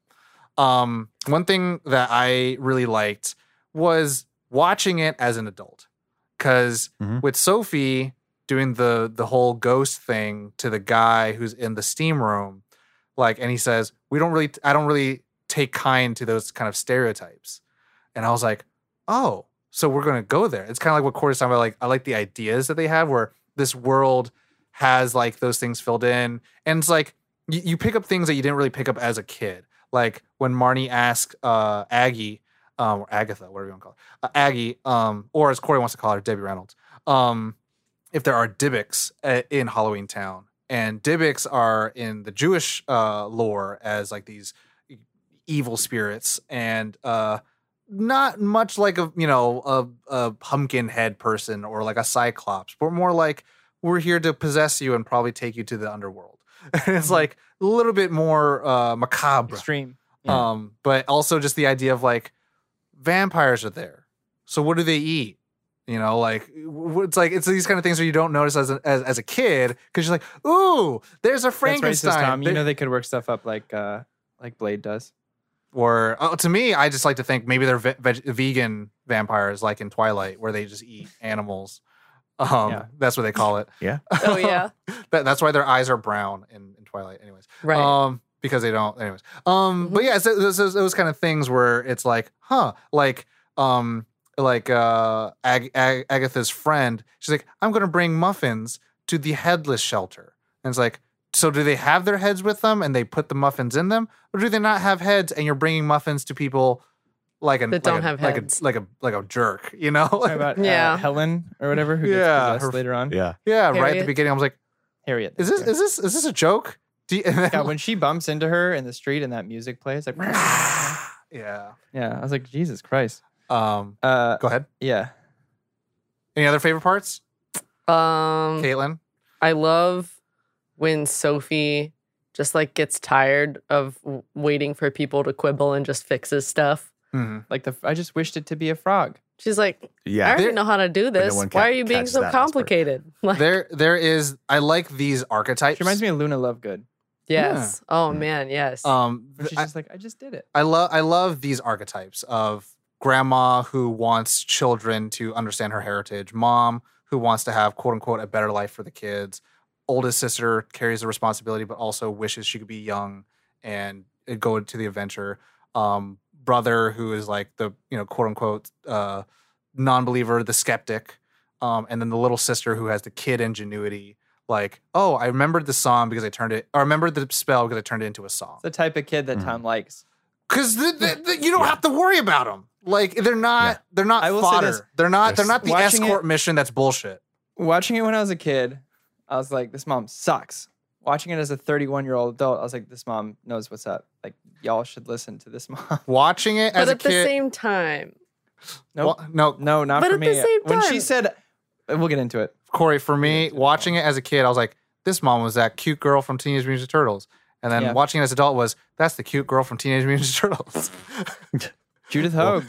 Um, one thing that I really liked was watching it as an adult because Mhm. with Sophie doing the the whole ghost thing to the guy who's in the steam room like and he says we don't really i don't really take kind to those kind of stereotypes and i was like oh so we're going to go there it's kind of like what corey's talking about like i like the ideas that they have where this world has like those things filled in and it's like you, you pick up things that you didn't really pick up as a kid like when marnie asks uh, aggie um, or agatha whatever you want to call her uh, aggie um, or as corey wants to call her debbie reynolds um, if there are Dibbics uh, in Halloween Town, and Dibbics are in the Jewish uh, lore as like these e-, evil spirits, and uh, not much like a you know a, a pumpkin head person or like a cyclops, but more like we're here to possess you and probably take you to the underworld. it's like a little bit more uh, macabre. Extreme. Yeah. Um, but also just the idea of like vampires are there. So what do they eat? You know, like w- it's like it's these kind of things where you don't notice as a, as, as a kid because you're like, ooh, there's a That's racist, Frankenstein. Tom. You There- know they could work stuff up like uh, like Blade does. or oh, to me, I just like to think maybe they're ve- veg- vegan vampires, like in Twilight, where they just eat animals. Um, Yeah. that's what they call it. Yeah. Oh, yeah. that, that's why their eyes are brown in, in Twilight. Anyways. right. Um, because they don't, anyways. Um, but Mhm. yeah, so those, those, those kind of things where it's like, huh, like, um, like uh, Ag- Ag- Agatha's friend, she's like, I'm gonna bring muffins to the headless shelter, and it's like, so do they have their heads with them and they put the muffins in them, or do they not have heads and you're bringing muffins to people like an That don't like a, have like heads. a like a like a jerk, you know? Talking about uh, Yeah. Helen or whatever who gets Yeah, possessed her- later on. Yeah. yeah, right at the Harriet. beginning, I was like, Harriet. is this is this is this a joke? Do you, and then, yeah, when she bumps into her in the street and that music plays, like, yeah, yeah. I was like, Jesus Christ. Um, Uh, go ahead. yeah, Any other favorite parts, um, Caitlin? I love when Sophie just like gets tired of w- waiting for people to quibble and just fixes stuff. Mhm. like the I just wished it to be a frog. She's like, I Yeah. already There- know how to do no this. one ca- Why are you being catches so that last part. complicated? Like, There, there is. I like these archetypes. She reminds me of Luna Lovegood. Yes. Oh man, yes. Um, Or she's I- just like, I just did it. I love I love these archetypes of grandma who wants children to understand her heritage, mom who wants to have quote unquote a better life for the kids, oldest sister carries the responsibility but also wishes she could be young and uh, go into the adventure. Um, brother who is like the you know quote unquote uh, non-believer, the skeptic, um, and then the little sister who has the kid ingenuity. Like, oh, I remembered the song because I turned it, or I remembered the spell because I turned it into a song It's the type of kid that Mhm. Mm-hmm. Tom likes. because th- th- th- you don't Yeah. have to worry about them. Like they're not Yeah. they're not I will say this, fodder. They're not they're there's- not the watching escort it- mission that's bullshit. Watching it when I was a kid, I was like, this mom sucks. Watching it as a 31 year old adult, I was like, this mom knows what's up. Like, y'all should listen to this mom. Watching it but as a at the kid, same time, Nope. wa- no, No, not But for at me. the same when she time- said, we'll get into it. Corey. For me, it's a watching it as a kid, I was like, this mom was that cute girl from Teenage Mutant Ninja Turtles, and then Yeah. watching it as an adult was that's the cute girl from Teenage Mutant Ninja Turtles. Judith Hogue.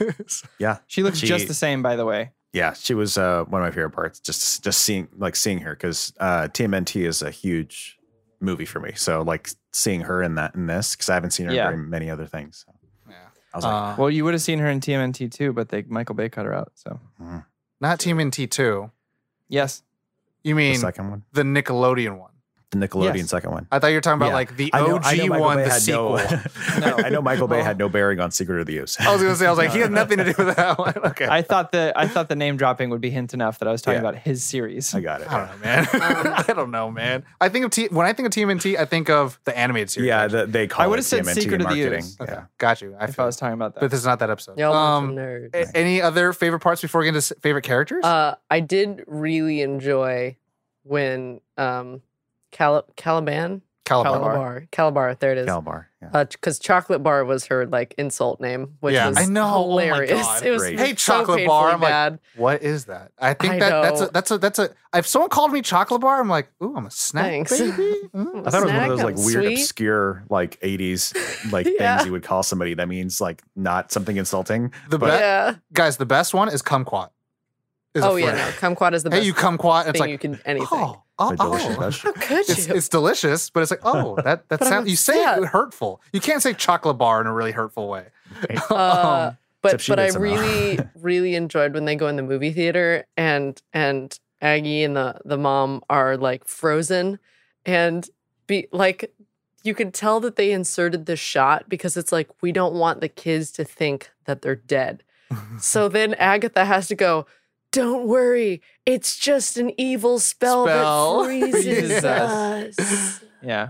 Yeah. She looks She- just the same, by the way. yeah, she was uh, one of my favorite parts. Just just seeing like seeing her because uh, TMNT is a huge movie for me. So like seeing her in that in this because I haven't seen her Yeah. in very many other things. So yeah. I was like, Uh, Well, you would have seen her in TMNT too, but they Michael Bay cut her out. So not Team NT two. yes, You the mean the, second one, Nickelodeon one? the Nickelodeon Yes. second one. I thought you were talking about Yeah. like the I know- OG I know Michael one, Bay the had no- sequel. oh, No. I know Michael Bay had no bearing on Secret of the Ooze. I was gonna say I was like No, he had no, no. nothing to do with that one. Okay, I thought the I thought the name dropping would be hint enough that I was talking Yeah. about his series. I got it. I don't know, man. Um, I don't know, man. I think of T- when I think of TMNT, I think of the animated series. Yeah, actually. the, they call I it would've said TMNT Secret of the marketing. Ooze. okay, Yeah. got you. I if I feel, was talking about that, but this is not that episode. y'all Um, um, nerds. a- any other favorite parts before we get into s- favorite characters? Uh, I did really enjoy when um, Cali- Caliban, Calabar. Calabar, Calabar. There it is. Calabar. Yeah. Because Chocolate Bar was her like insult name, which Yeah. was I know. Oh my hilarious. God. It was Great. Hey, so Chocolate Bar. painfully I'm like, bad. What is that? I think I that that's a know. that's a that's a. If someone called me Chocolate Bar, I'm like, ooh, I'm a snack Thanks. baby. I'm Mm. a I thought it was one snack, of those like I'm weird, sweet. obscure, like '80s, like Yeah. things you would call somebody that means like not something insulting. The but best yeah. guys, the best one is kumquat. Is a Oh yeah. fruit. No, kumquat is the best Hey, you kumquat. It's thing like you can anything. oh, oh, a delicious oh. vegetable. Could it's, you? it's delicious, but it's like, oh, that that But I'm sounds. You say it upset. hurtful. You can't say chocolate bar in a really hurtful way. Um, Uh, but Except she but I did somehow. really really enjoyed when they go in the movie theater and and Aggie and the the mom are like frozen and be like you could tell that they inserted this shot because it's like we don't want the kids to think that they're dead. so then Agatha has to go don't worry, it's just an evil spell, Spell. that freezes Freezes us. us. yeah,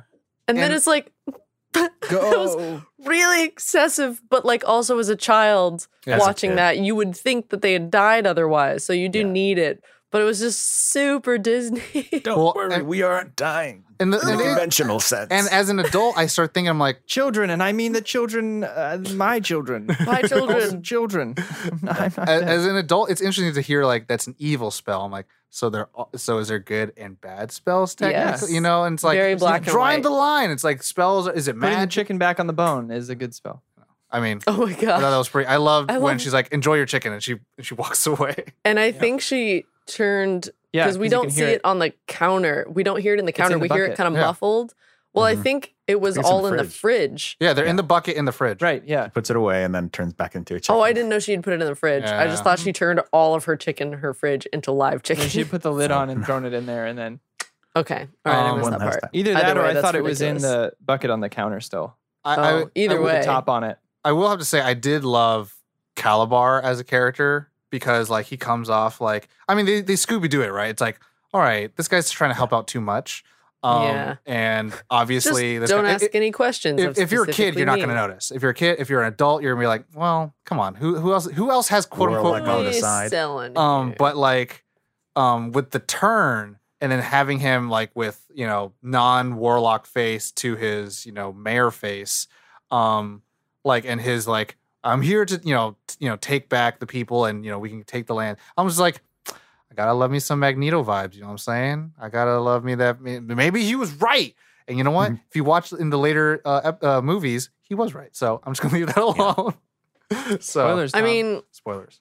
And, then And- it's like that was really excessive, but like also as a child As a watching kid. that, you would think that they had died otherwise. So you do Yeah. need it, but it was just super Disney. Don't Well, worry, and- we aren't dying And, the, in the and, the- conventional sense. and as an adult, I start thinking, I'm like, children, and I mean the children, uh, my children, My children. children. I'm not, I'm not as, dead. as an adult, it's interesting to hear like that's an evil spell. I'm like, so there, are- so is there good and bad spells technically? Yes. You know, and it's like Very it's black like and drawing white. the line. It's like spells. Is it Putting the magic? chicken back on the bone is a good spell. I mean. oh I my thought that god! was pretty. I loved I when love- she's like, "Enjoy your chicken," and she and she walks away. And I think she turned Yeah, because we you don't can see hear it. on the counter. We don't hear it in the counter. in the we hear bucket. it kind of Yeah. Mm-hmm. muffled. Well, I Mhm. think it was It's in all the in the fridge. Yeah, they're in the bucket in the fridge. Right? Yeah. puts it away and then turns back into a chicken. Oh, I didn't know she had put it in the fridge. I Yeah. just thought she turned all of her chicken in her fridge into live And then she chicken. put the lid on and thrown it in there, and then okay, all right, I Um, missed One that last part. time. either Either that or way, I that's thought it was in ridiculous. the bucket on the counter still. I, I, Oh, either Uh, with way, the top on it. I will have to say I did love Calabar as a character because like he comes off like I mean they, they Scooby Doo it right. It's like all right, this guy's trying to help out too much. Um, Yeah. And just obviously, this don't guy- ask i- any questions. If, of if you're a kid, specifically you're not me. going to notice. If you're a kid, if you're an adult, you're gonna be like, well, come on, who who else who else has quote We're unquote like on notice? Oh the side. Selling Um, it. but like, um, with the turn and then having him like with you know non warlock face to his you know mayor face, um, like and his like I'm here to you know t- you know take back the people and you know we can take the land. I'm just like. I gotta love me some Magneto vibes, you know what I'm saying? I gotta love me that may- maybe he was right. And you know what? Mm-hmm. If you watch in the later uh, ep- uh, movies, he was right. So I'm just gonna leave that alone. so Spoilers. I Tom. mean, spoilers.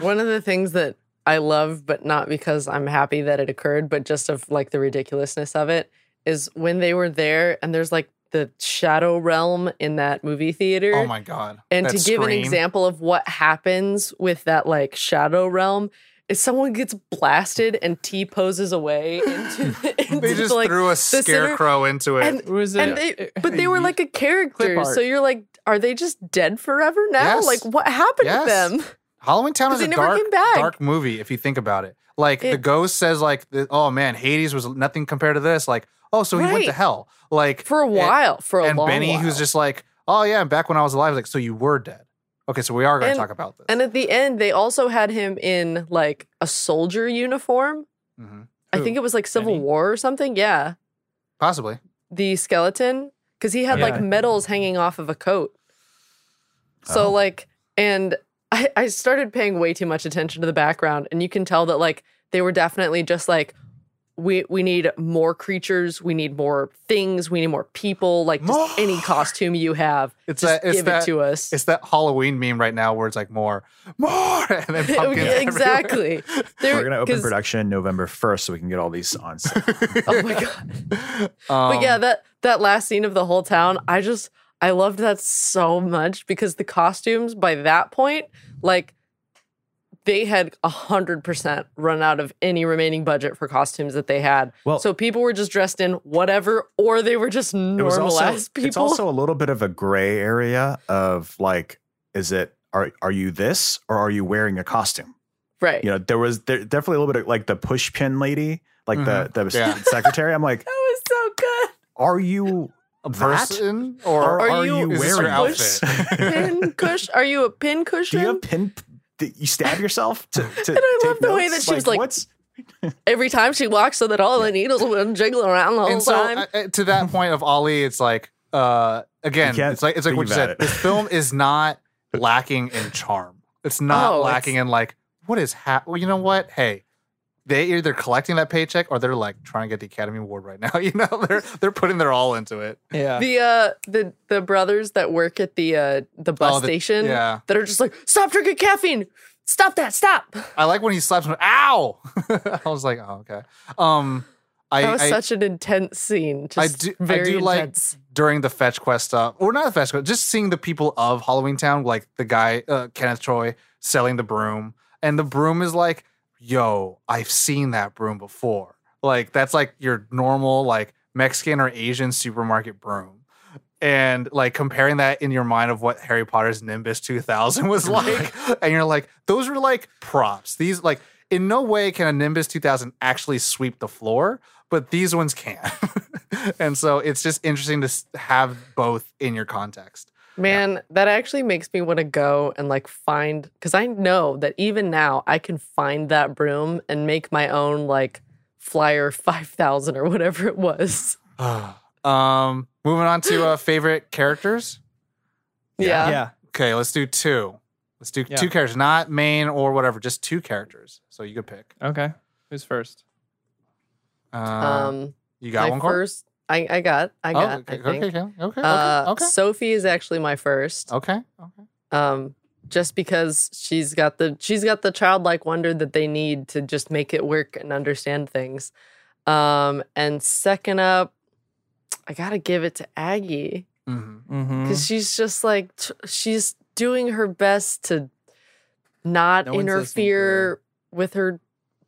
one of the things that I love, but not because I'm happy that it occurred, but just of like the ridiculousness of it, is when they were there and there's like the shadow realm in that movie theater. Oh my god! And That to give an scream. example of what happens with that like shadow realm, is someone gets blasted and T poses away into, into they just like, threw a center- scarecrow into it. and was and they, but they were like a character, Clip so art. you're like, are they just dead forever now? Yes. Like, what happened Yes. to them? Halloween Town 'Cause is a they never dark, came back. dark movie if you think about it. Like the It- ghost says, like, the- oh man, Hades was nothing compared to this. Like, oh, so he went to Right. hell. Like For a and- while, for a and long Benny, while. who's just like, oh yeah, back when I was alive, like, so you were dead. Okay, so we are going And- to talk about this. And at the end, they also had him in like a soldier uniform. Mhm. I think it was like Civil Benny? War or something. Yeah. Possibly. The skeleton. Because he had Yeah. like medals hanging off of a coat. So, Oh. like, and I, I started paying way too much attention to the background. And you can tell that, like, they were definitely just like, we, we need more creatures. We need more things. We need more people. Like just any More. costume you have, It's just that- it's give that- it to us. It's that Halloween meme right now where it's like more, more, and then Yeah, pumpkins. everywhere. exactly. There- We're gonna open 'cause- production November first, so we can get all these on. set. Oh my god. Um, but yeah, that that last scene of the whole town, I just I loved that so much because the costumes by that point, like they had a hundred percent run out of any remaining budget for costumes that they had. Well- so people were just dressed in whatever, or they were just It was normal ass also people. it's also a little bit of a gray area of like, is it are are you this or are you wearing a costume? right. You know, there was there definitely a little bit of like the push pin lady, like the Mm-hmm. the Yeah. secretary. I'm like, That was so good. are you a that? person or or, are, are you, you- is this wearing your this? Pin cush are you a pin Do cushion? you have pin? Did you stab yourself to? to And I love take the way notes? that she was like- what's Every time she walks so that all the needles would jiggle around the whole and so time. uh, uh, to that point of Ollie, it's like uh again, You can't it's like it's like think what you about said. it. This film is not lacking in charm. It's not Oh, it's- lacking in like what is ha- well, you know what? Hey, they either collecting that paycheck or they're like trying to get the Academy Award right now. You know, they're they're putting their all into it. yeah. the uh the the brothers that work at the uh the bus Oh, the- station yeah. that are just like stop drinking caffeine stop that stop I like when he slaps him. Ow! I was like, oh okay. Um, I, that was I- such an intense scene I just do, very I do like intense during the fetch quest stuff, or not the fetch quest, just seeing the people of Halloween Town, like the guy uh, Kenneth Troy selling the broom, and the broom is like, "Yo, I've seen that broom before." Like that's like your normal like Mexican or Asian supermarket broom, and like comparing that in your mind of what Harry Potter's Nimbus 2000 was like, and you're like, those were like props. These like. In no way can a Nimbus 2000 actually sweep the floor, but these ones can. and so it's just interesting to s- have both in your context. man that actually makes me want to go and like find because i know that even now i can find that broom and make my own like flyer 5000 or whatever it was um, moving on to uh, favorite characters. yeah, yeah. Okay, let's do two. Let's do Yeah. two characters, not main or whatever, just two characters. So you could pick. Okay. Who's first? Uh, um you got my one, Cor? first I, I got i Oh, got okay, I think. okay, okay, okay, uh, okay, sophie is actually my first okay, okay. um just because she's got the she's got the childlike wonder that they need to just make it work and understand things um and second up i gotta give it to aggie Mhm. Mm-hmm. because she's just like t- she's doing her best to not No one's listening to interfere her. with her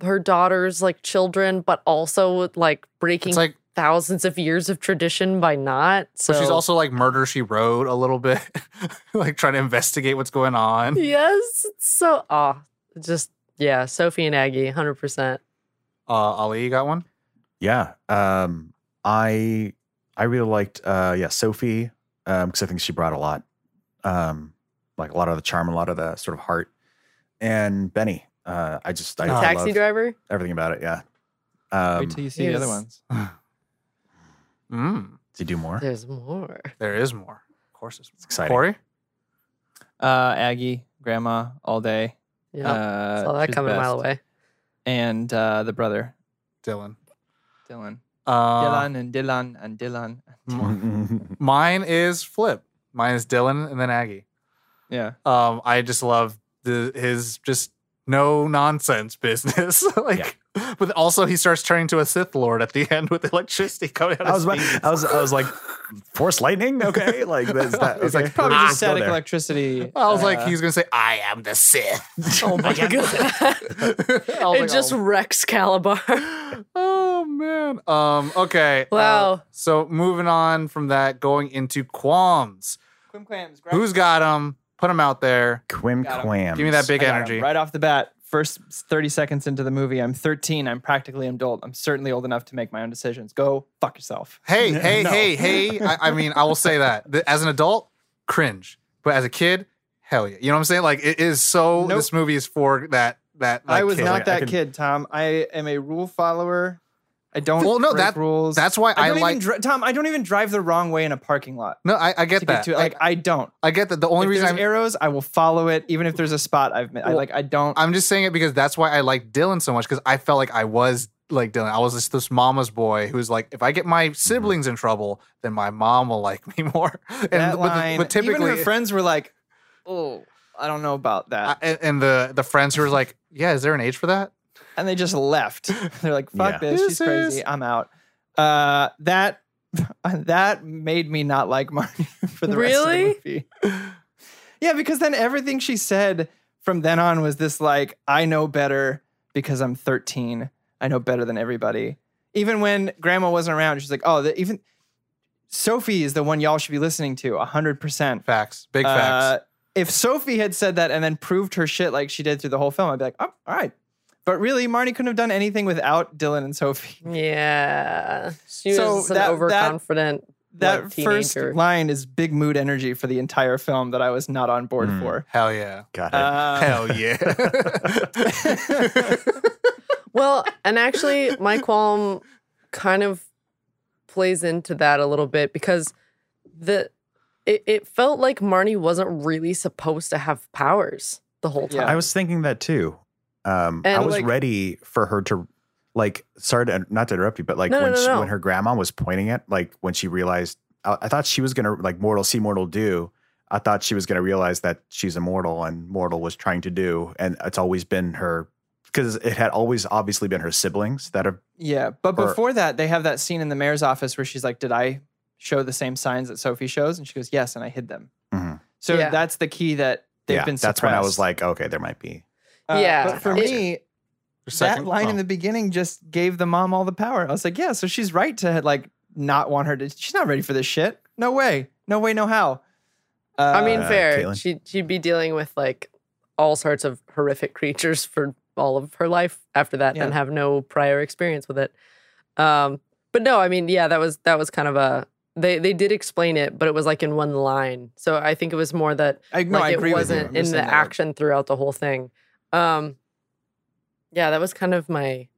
her daughter's like children but also like breaking It's like, thousands of years of tradition by not so but she's also like murder she wrote a little bit, like trying to investigate what's going on. yes it's so ah just yeah sophie and aggie 100% Uh, Ali, you got one? Yeah. Um I I really liked uh yeah, Sophie um cuz I think she brought a lot um like a lot of the charm, a lot of the sort of heart. And Benny. Uh I just I, The I taxi love driver everything about it, yeah. Um Wait till you see the other yes. ones. Mm, to do more. there's more there is more. Of course, there's more. exciting. Corey? Uh, Aggie, Grandma, all day. yeah Uh, saw that she's coming a mile best. away And uh, the brother, Dylan. Dylan. Uh, Dylan and Dylan and Dylan. m- mine is Flip. Mine is Dylan and then Aggie. Yeah. Um, I just love the his just no nonsense business. like, but also he starts turning to a Sith Lord at the end with electricity coming out. I was, of about, his I was, I was like, force lightning, okay, like that's that. It's okay. like probably Let's just go static there. electricity. I was like, uh, he's gonna say, "I am the Sith." Oh my god! I was it like, just oh. wrecks Calabar. Oh man. Um. Okay. uh, Wow. so moving on from that, going into qualms. Quimclams, grab- Who's got them? Put them out there. Quim Got 'em. Quams. Give me that I big got 'em energy. Right off the bat, first 30 seconds into the movie, I'm 13. I'm practically an adult. I'm certainly old enough to make my own decisions. Go fuck yourself. Hey, N- hey, no. hey, hey. I, I mean, I will say that Th- as an adult, cringe, but as a kid, hell yeah. You know what I'm saying? Like it is so. Nope. This movie is for that. That. I that was kid. not Like, I that can- kid, Tom. I am a rule follower. I don't Well, no, break that- rules. That's why I I, don't even like. dri- Tom. I don't even drive the wrong way in a parking lot. no, I, I get to that. get to like I, don't. I, I get that. The only if reason there's I'm arrows, I will follow it, even if there's a spot I've missed. I Well, like. I don't. I'm just saying it because that's why I like Dylan so much because I felt like I was like Dylan. I was just this mama's boy who was like, if I get Mm-hmm. my siblings in trouble, then my mom will like me more. And that but, line. but even typically, her friends were like, "Oh, I don't know about I, that," and- and the the friends who were like, yeah, is there an age for that? and they just left. They're like, "Fuck Yeah. this, she's This is- crazy. I'm out." Uh, that that made me not like Marnie for the Really? rest of the movie. yeah, because then everything she said from then on was this like, "I know better because I'm 13. I know better than everybody." Even when Grandma wasn't around, she's like, "Oh, the, even." Sophie is the one y'all should be listening to 100%. Facts, big facts. Uh, if Sophie had said that and then proved her shit like she did through the whole film, I'd be like, oh, all right. But really, Marnie couldn't have done anything without Dylan and Sophie. yeah. She So was an that- that- overconfident. That Like first teenager. line is big mood energy for the entire film that I was not on board Mm. for. Hell yeah. Got it. Um, Hell yeah. Well, and actually, my qualm kind of plays into that a little bit because the it, it felt like Marnie wasn't really supposed to have powers the whole Yeah. time. I was thinking that too. Um, I And, was like- ready for her to, like, sorry to, not to interrupt you, but like No, no, when no, she, no. when her grandma was pointing at, like when she realized, I, I thought she was gonna like mortal see mortal do. I thought she was gonna realize that she's immortal and mortal was trying to do, and it's always been her because it had always obviously been her siblings that have. Yeah. But Or- before that, they have that scene in the mayor's office where she's like, Did I show the same signs that Sophie shows? And she goes, Yes. And I hid them. Mhm. So Yeah. that's the key that they've yeah, been that's when I was suppressed. like, okay, there might be. Yeah. But for It- me, that line Oh. in the beginning just gave the mom all the power. I was like, yeah, so she's right to like not want her to. She's not ready for this shit. No way. No way. No how. Uh, I mean, Uh, fair. Caitlin? She she'd be dealing with like all sorts of horrific creatures for all of her life after that, and Yeah. have no prior experience with it. Um, but no, I mean, yeah, that was that was kind of a they they did explain it, but it was like in one line. So I think it was more that I, no, like I agree it with you. wasn't I'm just in the saying that, like, action throughout the whole thing. Um, yeah, that was kind of my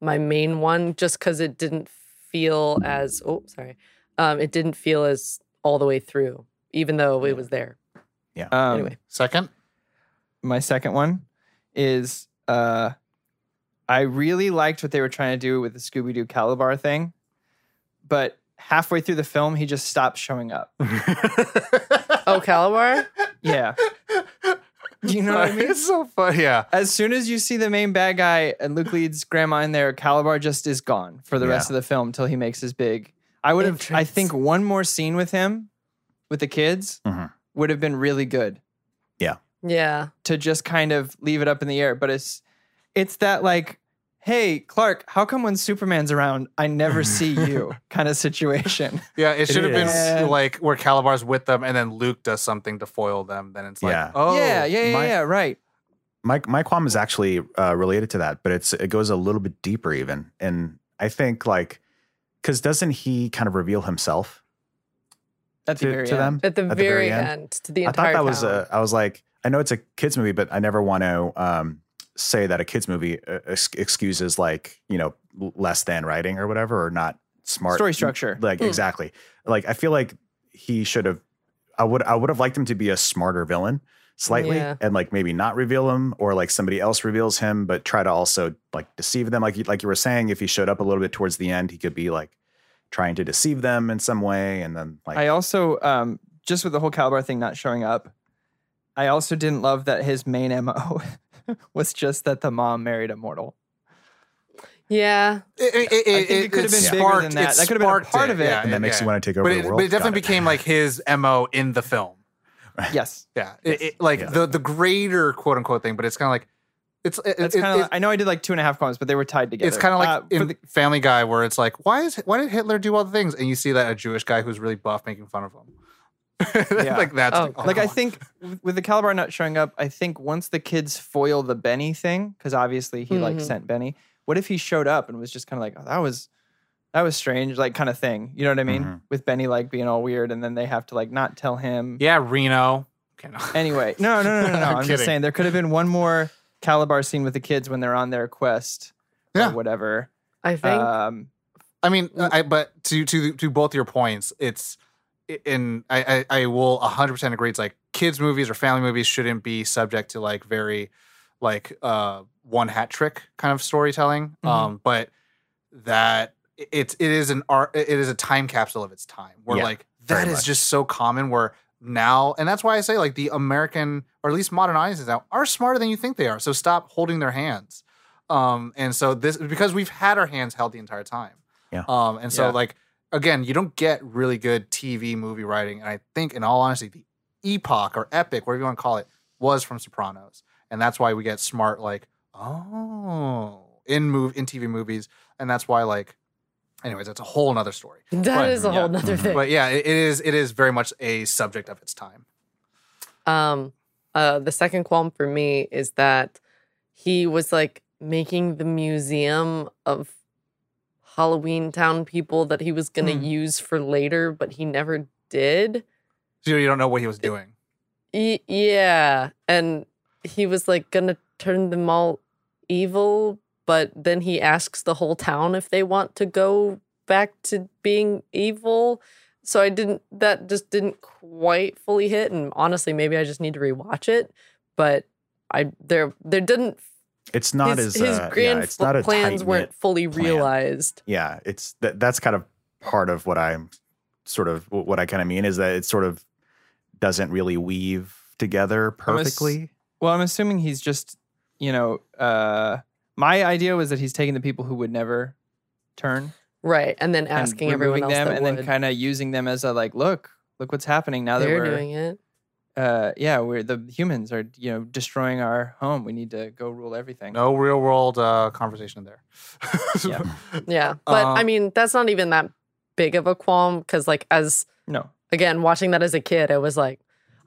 my main one, just because it didn't feel as oh sorry, um, it didn't feel as all the way through, even though it was there. um, anyway. second, my second one is uh, I really liked what they were trying to do with the Scooby Doo Calabar thing, but halfway through the film, he just stopped showing up. Oh, Calabar? Yeah. Do you know what I mean? It's so funny. Yeah. As soon as you see the main bad guy and Luke Leeds' grandma in there, Calabar just is gone for the Yeah. rest of the film till he makes his big. I would have, I Entrance. think, one more scene with him, with the kids, Mhm. would have been really good Yeah. to just kind of leave it up in the air. But it's, it's that like, hey Clark, how come when Superman's around, I never see you kind of situation? Yeah, it It should have is. been uh, like where Calabar's with them and then Luke does something to foil them. Then it's like, Yeah. oh, yeah, yeah, yeah, my- yeah, right. my my qualm is actually uh, related to that, but it's it goes a little bit deeper even, and I think like because doesn't he kind of reveal himself At the to, very to end. them? At the, At the very, very end. end. to the I thought entire that was town. a. I was like, I know it's a kids movie, but I never want to um, say that a kids movie uh, ex- excuses like you know l- less than writing or whatever or not smart Story structure. Like Mm. exactly. Like I feel like he should have. I would I would have liked him to be a smarter villain slightly Yeah. and like maybe not reveal him or like somebody else reveals him but try to also like deceive them like you, like you were saying if he showed up a little bit towards the end he could be like trying to deceive them in some way and then like I also um just with the whole Calabar thing not showing up, I also didn't love that his main MO was just that the mom married a mortal. Yeah. It, it, it, I think it could have been bigger sparked- than that. it That could have been a sparked part of it. and that makes you want to take over But the it, world. but it Got definitely became like his mo in the film. Yes. Yeah, it, it, like Yeah. the the greater quote unquote thing, but it's kind of like it's it, That's it- kind of. it- I know I did like two and a half poems, but they were tied together. it's kind of like Uh, for in the- Family Guy where it's like why is why did Hitler do all the things and you see that a Jewish guy who's really buff making fun of him. Yeah. like that's Oh, like, oh, like come I on. think with- with the Calabar not showing up, I think once the kids foil the Benny thing, because obviously he like Mhm. sent Benny. What if he showed up and was just kind of like, oh, that was that was strange, like kind of thing. You know what I mean? Mm-hmm. Mhm. With Benny like being all weird, and then they have to like not tell him. yeah Reno. Okay, no. Anyway, no, no, no, no, no. I'm I'm, just kidding. saying there could have been one more Calabar scene with the kids when they're on their quest Yeah. or whatever. I think. Um, I mean, I but to to to both your points, it's and I I, I will hundred percent agree. It's like kids movies or family movies shouldn't be subject to like very like uh one hat trick kind of storytelling. Mm-hmm. Mhm. Um, but that it- it's it is an art. It is a time capsule of its time. Where Yeah, like very that is much. just so common. Where now and that's why I say like the American or at least modern audiences now are smarter than you think they are. So stop holding their hands. Um, and so this because we've had our hands held the entire time. Yeah. Um, and so Yeah. like again, you don't get really good TV movie writing. And I think in all honesty, the epoch or epic, whatever you want to call it, was from Sopranos. And that's why we get smart like, oh, in move in TV movies. And that's why like anyways, that's a whole nother story. That But- is a whole yeah. nother thing. But yeah, it, it is it is very much a subject of its time. Um, uh, the second qualm for me is that he was like making the museum of Halloween Town people that he was going to Hmm. use for later, but he never did. So you don't know what he was doing. Y- E, yeah, and he was like going to turn them all evil, but then he asks the whole town if they want to go back to being evil. So I didn't. That just didn't quite fully hit. And honestly, maybe I just need to rewatch it. But I there there didn't. it's not his, as his uh, grand yeah, it's fl- not a plans tight-knit weren't fully plan. realized. yeah it's that that's kind of part of what i'm sort of what i kind of mean is that it sort of doesn't really weave I'm together ass- perfectly Well, I'm assuming he's just, you know, uh, my idea was that he's taking the people who would never turn, Right, and then asking and everyone removing else them, that and would. then kind of using them as a like, look, look what's happening now that they're we're, doing it. uh, yeah, we're the humans are, you know, destroying our home. We need to go rule everything. No real world uh, conversation there. Yeah. Yeah, but I Um Uh, mean that's not even that big of a qualm because like as no. again, watching that as a kid, I was like,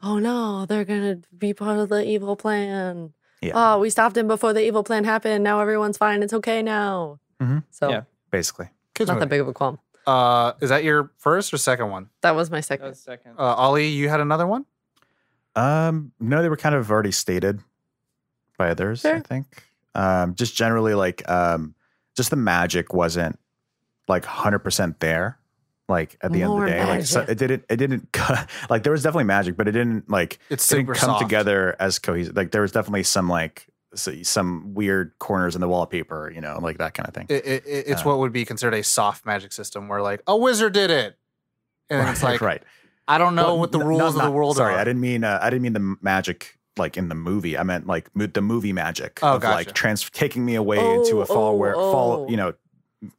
oh no, they're going to be part of the evil plan. Yeah. Oh, we stopped him before the evil plan happened. Now everyone's fine. It's okay now. Mhm. So, Yeah. basically Kids not that movie. big of a qualm. Uh, is that your first or second one? That was my second. That's second. Uh, Ollie, you had another one? um no they were kind of already stated by others i Fair. think um just generally like um just the magic wasn't like 100% there like at the More end of the day like so magic. it didn't it didn't cut like there was definitely magic but it didn't like It's They super didn't come soft. together as cohesive. Like there was definitely some like s- some weird corners in the wallpaper, you know, like that kind of thing. It, it, it- it's Uh, what would be considered a soft magic system where, like, a wizard did it. And it's like, right. I don't know Well, what the n- rules not- of the not- world Sorry, are. I didn't mean uh, I didn't mean the m- magic like in the movie. I meant like mo- the movie magic Oh, of gotcha. like trans taking me away Oh, into a fall oh, where fall, oh. you know,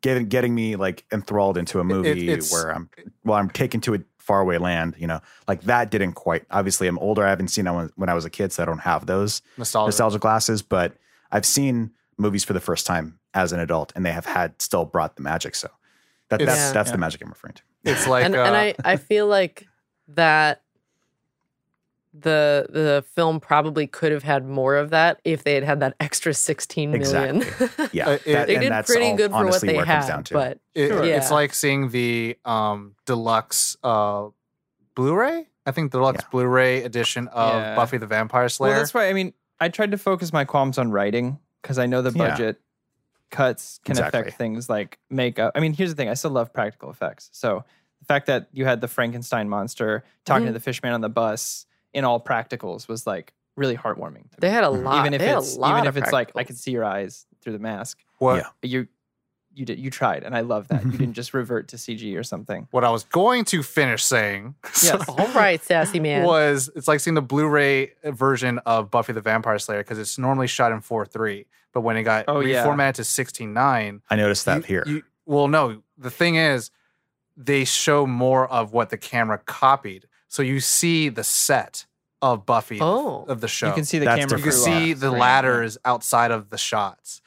getting getting me like enthralled into a movie it's- where I'm well, I'm taken to a faraway land, you know. Like that didn't quite. Obviously, I'm older. I haven't seen that when, when I was a kid, so I don't have those. Nostalgia. nostalgia glasses, but I've seen movies for the first time as an adult, and they have had still brought the magic. So that, It's- that's Yeah. that's Yeah. the magic I'm referring to. It's like, and, uh, and I, I feel like that the the film probably could have had more of that if they had had that extra 16 million. Yeah, Uh, it- that- they and did that's pretty all good for what honestly they where it comes down had, to. but it- Sure. it's Yeah. like seeing the um, deluxe uh, Blu ray. I think deluxe Blu ray edition of Yeah. Buffy the Vampire Slayer. Well, that's why I mean, I tried to focus my qualms on writing because I know the Yeah. budget cuts can Exactly. affect things like makeup. I mean, here's the thing: I still love practical effects. So the fact that you had the Frankenstein monster talking to Mhm. the fish man on the bus in all practicals was like really heartwarming. To me. they had a Mhm. lot. even if they had a it's lot even of if it's like I practicals. could see your eyes through the mask, what Yeah. you you did you tried, and I love that. you didn't just revert to CG or something. What I was going to finish saying Yes. All right, sassy man. was it's like seeing the Blu-ray version of Buffy the Vampire Slayer because it's normally shot in four three, but when it got Oh, yeah. reformatted to sixteen nine, I noticed that you- here. you- well, no, the thing is, they show more of what the camera copied, so you see the set of Buffy Oh. of the show. You can see the That's camera. You can different. crew on see that the screen. ladders outside of the shots.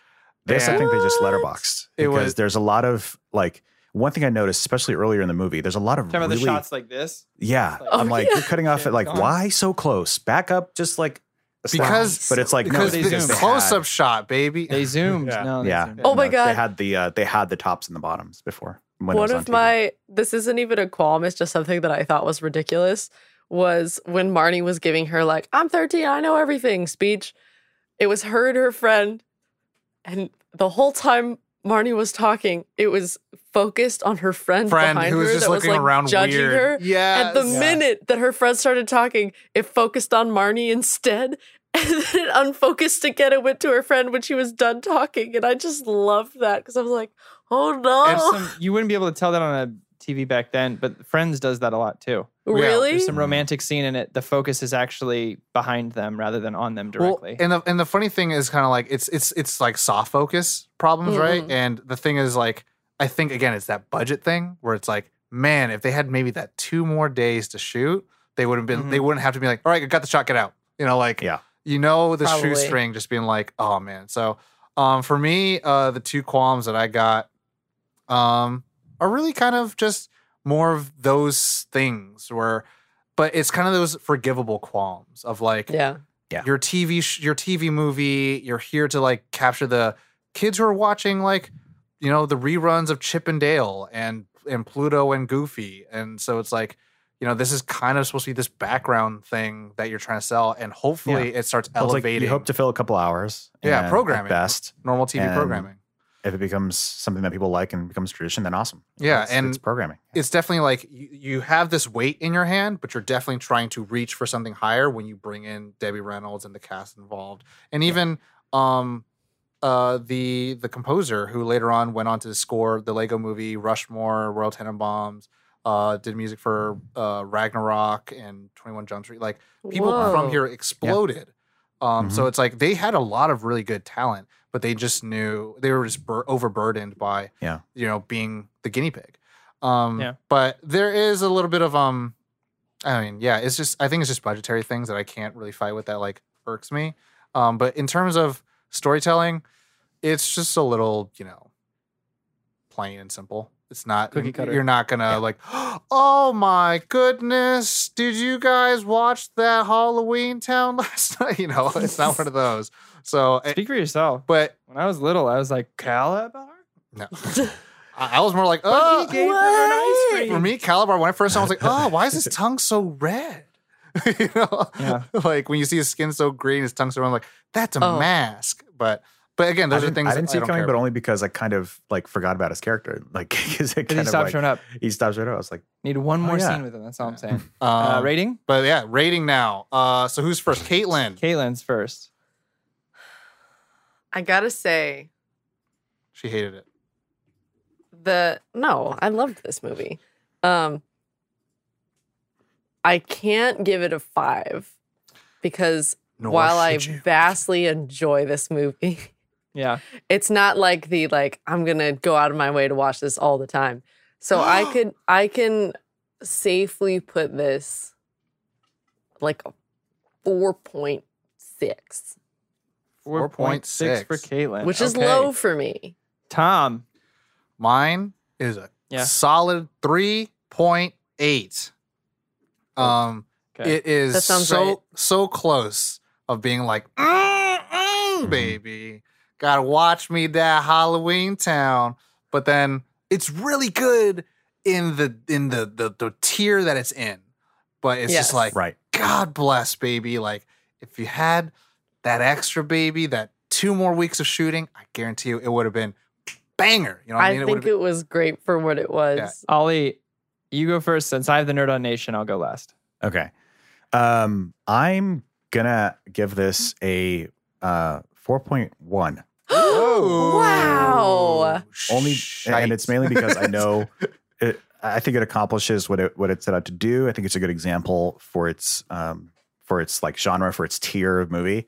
This I And- think they just What? letterboxed It because was- there's a lot of like one thing I noticed, especially earlier in the movie. There's a lot of Talking about really, the shots like this. yeah. like- I'm like Oh, you're cutting off yeah. at like Gone. why so close? Back up just like a slap. Because- but it's like no, because they the zoom. they had- close up shot, baby. They zoomed. Yeah. No, they Yeah. zoomed. Oh my No, They God. had the uh, they had the tops and the bottoms before. When it One was on of TV. my this isn't even a qualm, it's just something that I thought was ridiculous was when Marnie was giving her like, I'm 13, I know everything speech. It was her and her friend. And the whole time Marnie was talking, it was focused on her friend, friend behind who was her just that looking was like around judging weird. her. Yeah. At the yeah. minute that her friend started talking, it focused on Marnie instead. And then it unfocused again and went to her friend when she was done talking. And I just loved that because I was like, oh There's no. some- you wouldn't be able to tell that on a TV back then, but Friends does that a lot too. Yeah, really? There's some romantic scene in it. The focus is actually behind them rather than on them directly. and the and the funny thing is kind of like it's it's it's like soft focus problems, right? Mhm. And the thing is like I think again it's that budget thing where it's like, man, if they had maybe that two more days to shoot, they would have been Mhm. they wouldn't have to be like, all right, I got the shot, get out. You know, like Yeah. you know the Probably. shoestring just being like, oh man. So um for me, uh the two qualms that I got um are really kind of just more of those things where but it's kind of those forgivable qualms of like Yeah. Yeah. your TV sh- your TV movie. You're here to like capture the kids who are watching like you know the reruns of Chip and Dale and and Pluto and Goofy, and so it's like you know this is kind of supposed to be this background thing that you're trying to sell, and hopefully it starts Well, it's like elevating you hope to fill a couple hours. Yeah, and at programming. best. normal TV and- programming. If it becomes something that people like and becomes tradition, then awesome. Yeah, It's- and it's programming. it's definitely like you, you have this weight in your hand, but you're definitely trying to reach for something higher when you bring in Debbie Reynolds and the cast involved, and even um, uh, the the composer who later on went on to score the Lego Movie, Rushmore, Royal Tenenbaums, uh, did music for uh, Ragnarok and Twenty One Jump Street. Like people from Whoa. here exploded. Um, So it's like they had a lot of really good talent, but they just knew they were just bur- overburdened by Yeah. you know being the guinea pig. Um, Yeah. But there is a little bit of um, I mean, yeah, it's just I think it's just budgetary things that I can't really fight with that like irks me. Um, but in terms of storytelling, it's just a little you know plain and simple. It's not Cookie cutter. You're not gonna like, oh my goodness, did you guys watch that Halloween Town last night? You know, it's not one of those. So, eh, Speak for yourself. but When I was little, I was like Calabar. no, I, I was more like, oh, He gave them an ice what? cream. for me, Calabar. When I first saw, it, I was like, oh, why is his tongue so red? you know, Yeah. like when you see his skin so green, his tongue so red, I'm like, that's a Oh. mask. But, but again, I those are didn't- things I didn't see don't it coming, care but about. only because I kind of like forgot about his character. Like, 'cause Because it he kind of, stopped like, showing up. he stops right up. I was like, Need one more yeah. scene with him. That's all I'm saying. uh, Um, rating? But yeah, rating now. Uh, so who's first? Caitlin. Caitlin's first. I gotta say She hated it. the no, I loved this movie. Um I can't give it a five because Nor while I should you. vastly enjoy this movie, Yeah. it's not like the like I'm gonna go out of my way to watch this all the time. So I could I can safely put this like a four point six, 4.6. for Caitlin. which is Okay. low for me. Tom. Mine is a Yeah. solid 3.8. Um Okay. it is That sounds so right. so close of being like "Mm, Mm-hmm. mm, baby, got to watch me that Halloween town, but then it's really good in the in the the, the tier that it's in. But it's Yes. just like right. God bless, baby. Like, if you had that extra baby, that two more weeks of shooting, I guarantee you it would have been banger. You know what I, I mean? think it it was great for what it was. Ollie, you go first. Since I have the Nerd on Nation, I'll go last. Okay. Um, I'm gonna give this a uh 4.1. would have wow. only Oh, Shite. and it's mainly because I know it, I think it accomplishes what it what it set out to do. I think it's a good example for its um for its like genre for its tier of movie.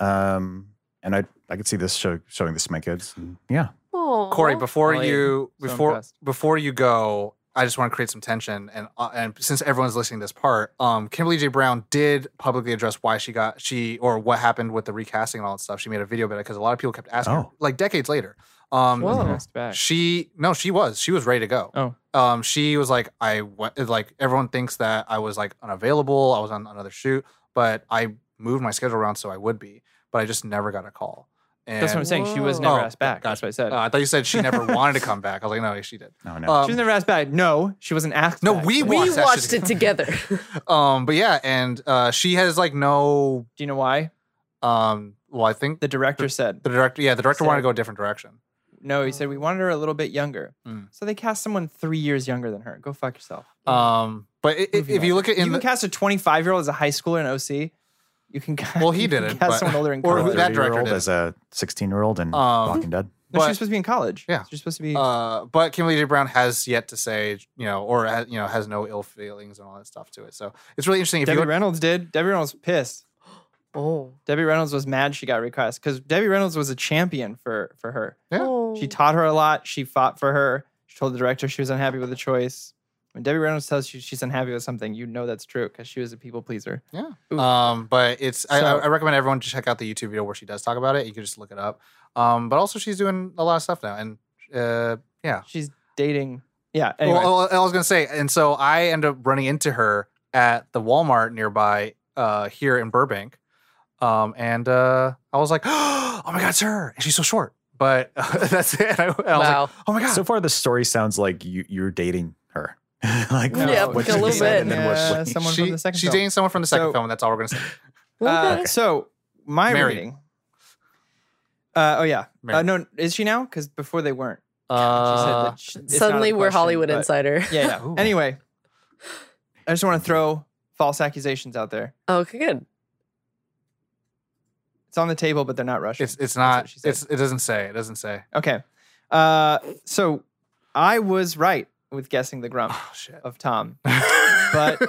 Um and I I could see this show, showing this to my kids. And yeah. Oh, Corey, before Oh, yeah. you So before impressed. before you go, I just want to create some tension and uh, and since everyone's listening to this part, um, Kimberly J. Brown did publicly address why she got she or what happened with the recasting and all that stuff. She made a video about it because a lot of people kept asking, her, Oh. like decades later. Um, Whoa. Passed back. she no, she was she was ready to go. Oh. Um, she was like, I went like everyone thinks that I was like unavailable. I was on another shoot, but I moved my schedule around so I would be, but I just never got a call. And That's what I'm saying. She was Whoa. never Oh, asked back. gotcha. That's what I said. Uh, I thought you said she never wanted to come back. I was like, no, she did. No, no. Um, she was never asked back. No, she wasn't asked. No, back. we Do we watched watched, that shit it together. Um, but yeah, and uh, she has like no. you know why? Um, well, I think the, The director said director, yeah, the director wanted to Said- go a different direction. no. He said we wanted her a little bit younger, Mm. so they cast someone three years younger than her. Go fuck yourself. Um, but i- i- Moving if you on. look at Mm-hmm. you in can the, cast a 25 year old as a high schooler in OC. You can cast, Well, he you can didn't, cast but- someone older in or college. who- that director year old did. as a 16 year old and Um, Walking Dead. no, she but- was supposed to be in college. Yeah. she's supposed to be. uh, but Kimberly J. Brown has yet to say, you know, or ha- you know, has no ill feelings and all that stuff to it. So it's really interesting. If Debbie you look- Reynolds did. Debbie Reynolds was pissed. oh. Debbie Reynolds was mad she got recast because Debbie Reynolds was a champion for for her. Yeah. Oh. She taught her a lot. She fought for her. She told the director she was unhappy with the choice. When Debbie Reynolds tells you she's unhappy with something, you know that's true because she was a people pleaser. Ooh. um, but it's I, I So- I recommend everyone to check out the YouTube video where she does talk about it. You can just look it up. Um, but also she's doing a lot of stuff now, and uh, yeah, She's dating. Yeah. Anyway, Well, oh, I- I was gonna say, and so I end up running into her at the Walmart nearby uh, here in Burbank, um, and uh, I was like, "Oh my god, it's her!" And she's so short, but that's it. I, I was like, wow. "Oh my god!" So far the story sounds like you you're dating her. like No. Yeah, what she a little said bit. and then what- Yeah, what she- someone she, from the second she's film. dating someone from the second So- film. That's all we're gonna say. Uh, Okay. So my Mary. reading. Uh, oh yeah. Uh, Mary. no, is she now? Because before they weren't. She said Uh, that she- it's not Suddenly a we're question, Hollywood but- Insider. Yeah. yeah. Ooh. anyway, I just want to throw false accusations out there. Okay, good. It's on the table, but they're not Russian. it's it's That's not. what she said. It's it doesn't say. It doesn't say. Okay. Uh, so I was right with guessing the grump Oh shit! of Tom, but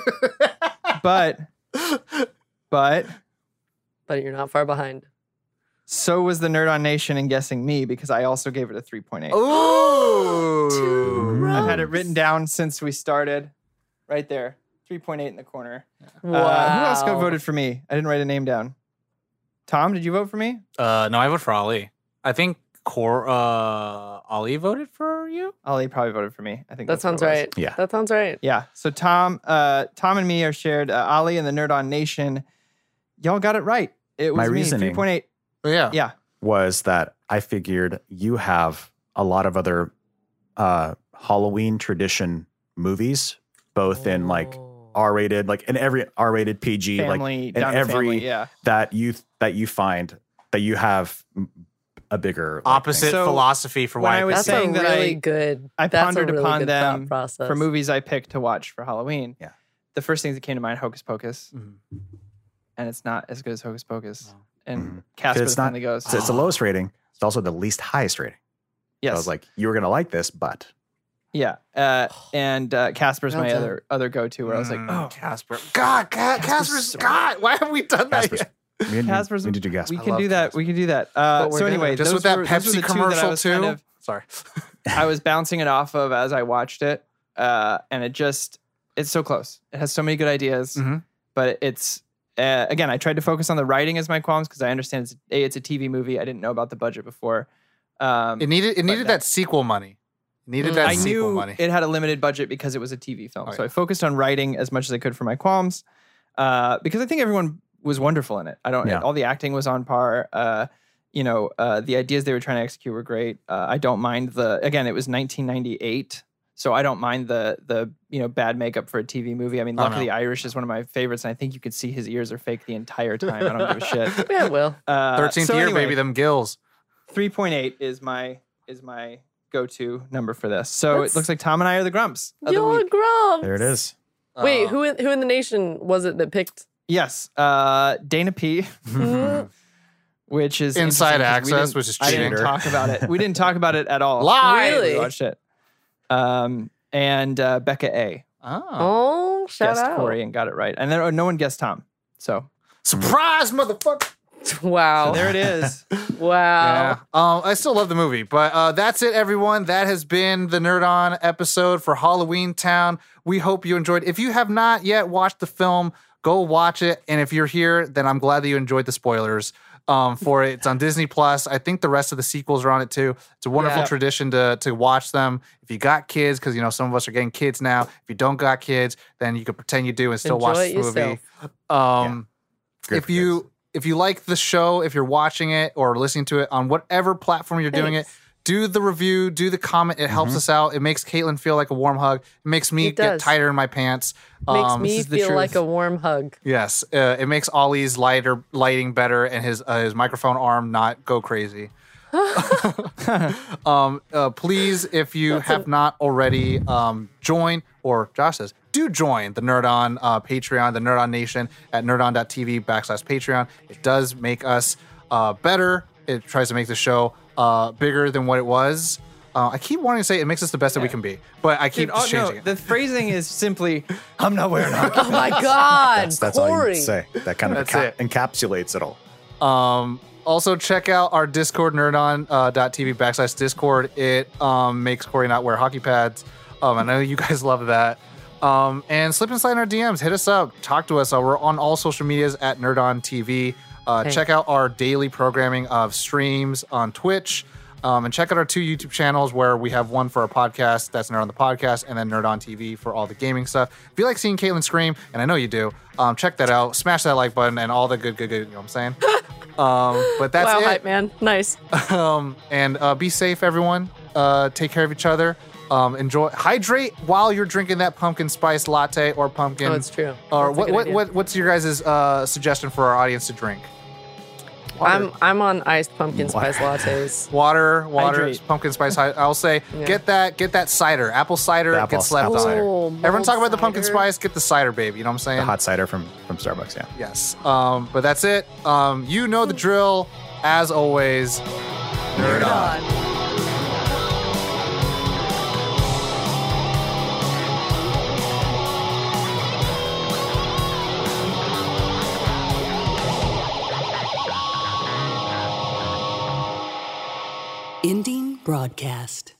but but But you're not far behind. so was the Nerd on Nation in guessing me because I also gave it a three point eight. Oh. ooh, I've had it written down since we started, right there, three point eight in the corner. Wow. Uh, who else got voted for me? I didn't write a name down. Tom, did you vote for me? Uh, no, I voted for Ali. I think Cor uh, Ali voted for you. Ali probably voted for me. I think That that's what sounds it was. right. Yeah. That sounds right. Yeah. So Tom, uh, Tom and me are shared. Uh, Ali and the Nerd on Nation. Y'all got it right. It was My me, reasoning- three point eight. Yeah. Yeah. was that I figured you have a lot of other uh, Halloween tradition movies, both in like R rated, like in every R rated PG, like family down to every- family, yeah that you that you find that you have m- a bigger like, Opposite thing. So, philosophy for when why I was That's a saying really that I- good. I that's a pondered really upon good thought them process. for movies I picked to watch for Halloween. Yeah. The first things that came to mind, Hocus Pocus, Mhm. and it's not as good as Hocus Pocus. No. And Mhm. Casper It's the not- Friendly Ghost. It's, it's the lowest rating. It's also the least highest rating. yes. I was like, you were gonna like this, but yeah. Uh, and uh, Casper's Well my done. other other go to where I was like, Mm, oh, Casper. God, Ca- Casper's so- God. Why have we done that? Casper's- yet? we need, Casper's- we need to guess. we I can love do that. Casper. We can do that. Uh, But we're so anyway, better. Just those with that were- those were the Pepsi two that I commercial was too. kind of- Sorry. I was bouncing it off of as I watched it, uh, and it just it's so close. It has so many good ideas, Mhm. but it's uh, again I tried to focus on the writing as my qualms because I understand it's a it's a TV movie. I didn't know about the budget before. Um, It needed it needed that- that sequel money. It needed Mm. that I sequel knew money. it had a limited budget because it was a TV film, Oh, so yeah. I focused on writing as much as I could for my qualms uh, because I think everyone was wonderful in it. I don't. Yeah. All the acting was on par. Uh, you know, uh, the ideas they were trying to execute were great. Uh, I don't mind the. Again, it was 1998, so I don't mind the the you know bad makeup for a TV movie. I mean, Oh, Luck of no. the Irish is one of my favorites, and I think you could see his ears are fake the entire time. I don't give a shit. Yeah, Will. Uh, Thirteenth so year, anyway, baby. Them gills. three point eight is my is my go to number for this. So That's- it looks like Tom and I are the grumps. of the You're week. grumps. There it is. Wait, Uh, who in, who in the nation was it that picked? Yes, uh, Dana P. Mm, which is interesting Inside 'cause access, we which is didn't- I didn't cheater. talk about it. We didn't talk about it at all. Lie. Really? We watched it. Um, and uh, Becca A Oh. Oh, shout guessed out. Corey and got it right, and then oh, no one guessed Tom. So, Surprise, motherfucker. Oh. Wow. there it is. wow. Yeah. Um, I still love the movie, but uh, that's it, everyone. That has been the Nerd On episode for Halloween Town. We hope you enjoyed. If you have not yet watched the film, go watch it. And if you're here, then I'm glad that you enjoyed the spoilers um, for it. It's on Disney Plus. I think the rest of the sequels are on it too. It's a wonderful Yeah. tradition to to watch them. If you got kids, because you know some of us are getting kids now. If you don't got kids, then you can pretend you do and still watch Enjoy this it movie. yourself. Um, Great if for you kids. if you like the show, if you're watching it or listening to it on whatever platform you're doing it, Thanks. do the review, do the comment. It helps us out. It makes Caitlin feel like a warm hug. It makes me It get does. tighter in my pants. Makes Um, me is the feel truth. like a warm hug. yes, uh, it makes Ollie's lighter lighting better and his uh, his microphone arm not go crazy. um, uh, please, if you have not already, um, join, or Josh says, do join the Nerd On uh, Patreon, the Nerd On Nation at nerdon.tv backslash Patreon. It does make us uh, better. It tries to make the show uh, bigger than what it was. Uh, I keep wanting to say it makes us the best that we can be, but I keep Dude, oh, just no, changing it. the phrasing is simply, "I'm not wearing hockey." Oh my God. That's, that's all you Corey. can say. That kind of That's enca- it. encapsulates it all. Um, also, check out our Discord, nerdon.tv uh, dot TV backslash Discord. It um, makes Corey not wear hockey pads. Um, I know you guys love that. Um, and slip and slide in our DMs. Hit us up. Talk to us. Uh, we're on all social medias at nerdon TV. Uh, Hey. Check out our daily programming of streams on Twitch. Um, and check out our two YouTube channels where we have one for our podcast, that's Nerd on the Podcast, and then Nerd on TV for all the gaming stuff. If you like seeing Caitlin scream, and I know you do, um, check that out. Smash that like button and all the good, good, good. You know what I'm saying? Um, but that's wow, hype it. man. Nice. Oh, Um, and uh, be safe, everyone. Uh, take care of each other. Um, enjoy. Hydrate while you're drinking that pumpkin spice latte or pumpkin. Oh, it's true. Or That's a what, good what, idea. what? What's your guys' uh, suggestion for our audience to drink? I'm I'm on iced pumpkin spice lattes. Water, water, Hydrate. pumpkin spice. hy- I'll say Yeah. get that, get that cider, apple cider. The apple- get slept apple on. cider. Oh, Everyone talk about the pumpkin cider. spice. Get the cider, babe. You know what I'm The saying? hot cider from from Starbucks. Yeah. yes. Um, but that's it. Um, you know the drill. As always, nerd on. Ending broadcast.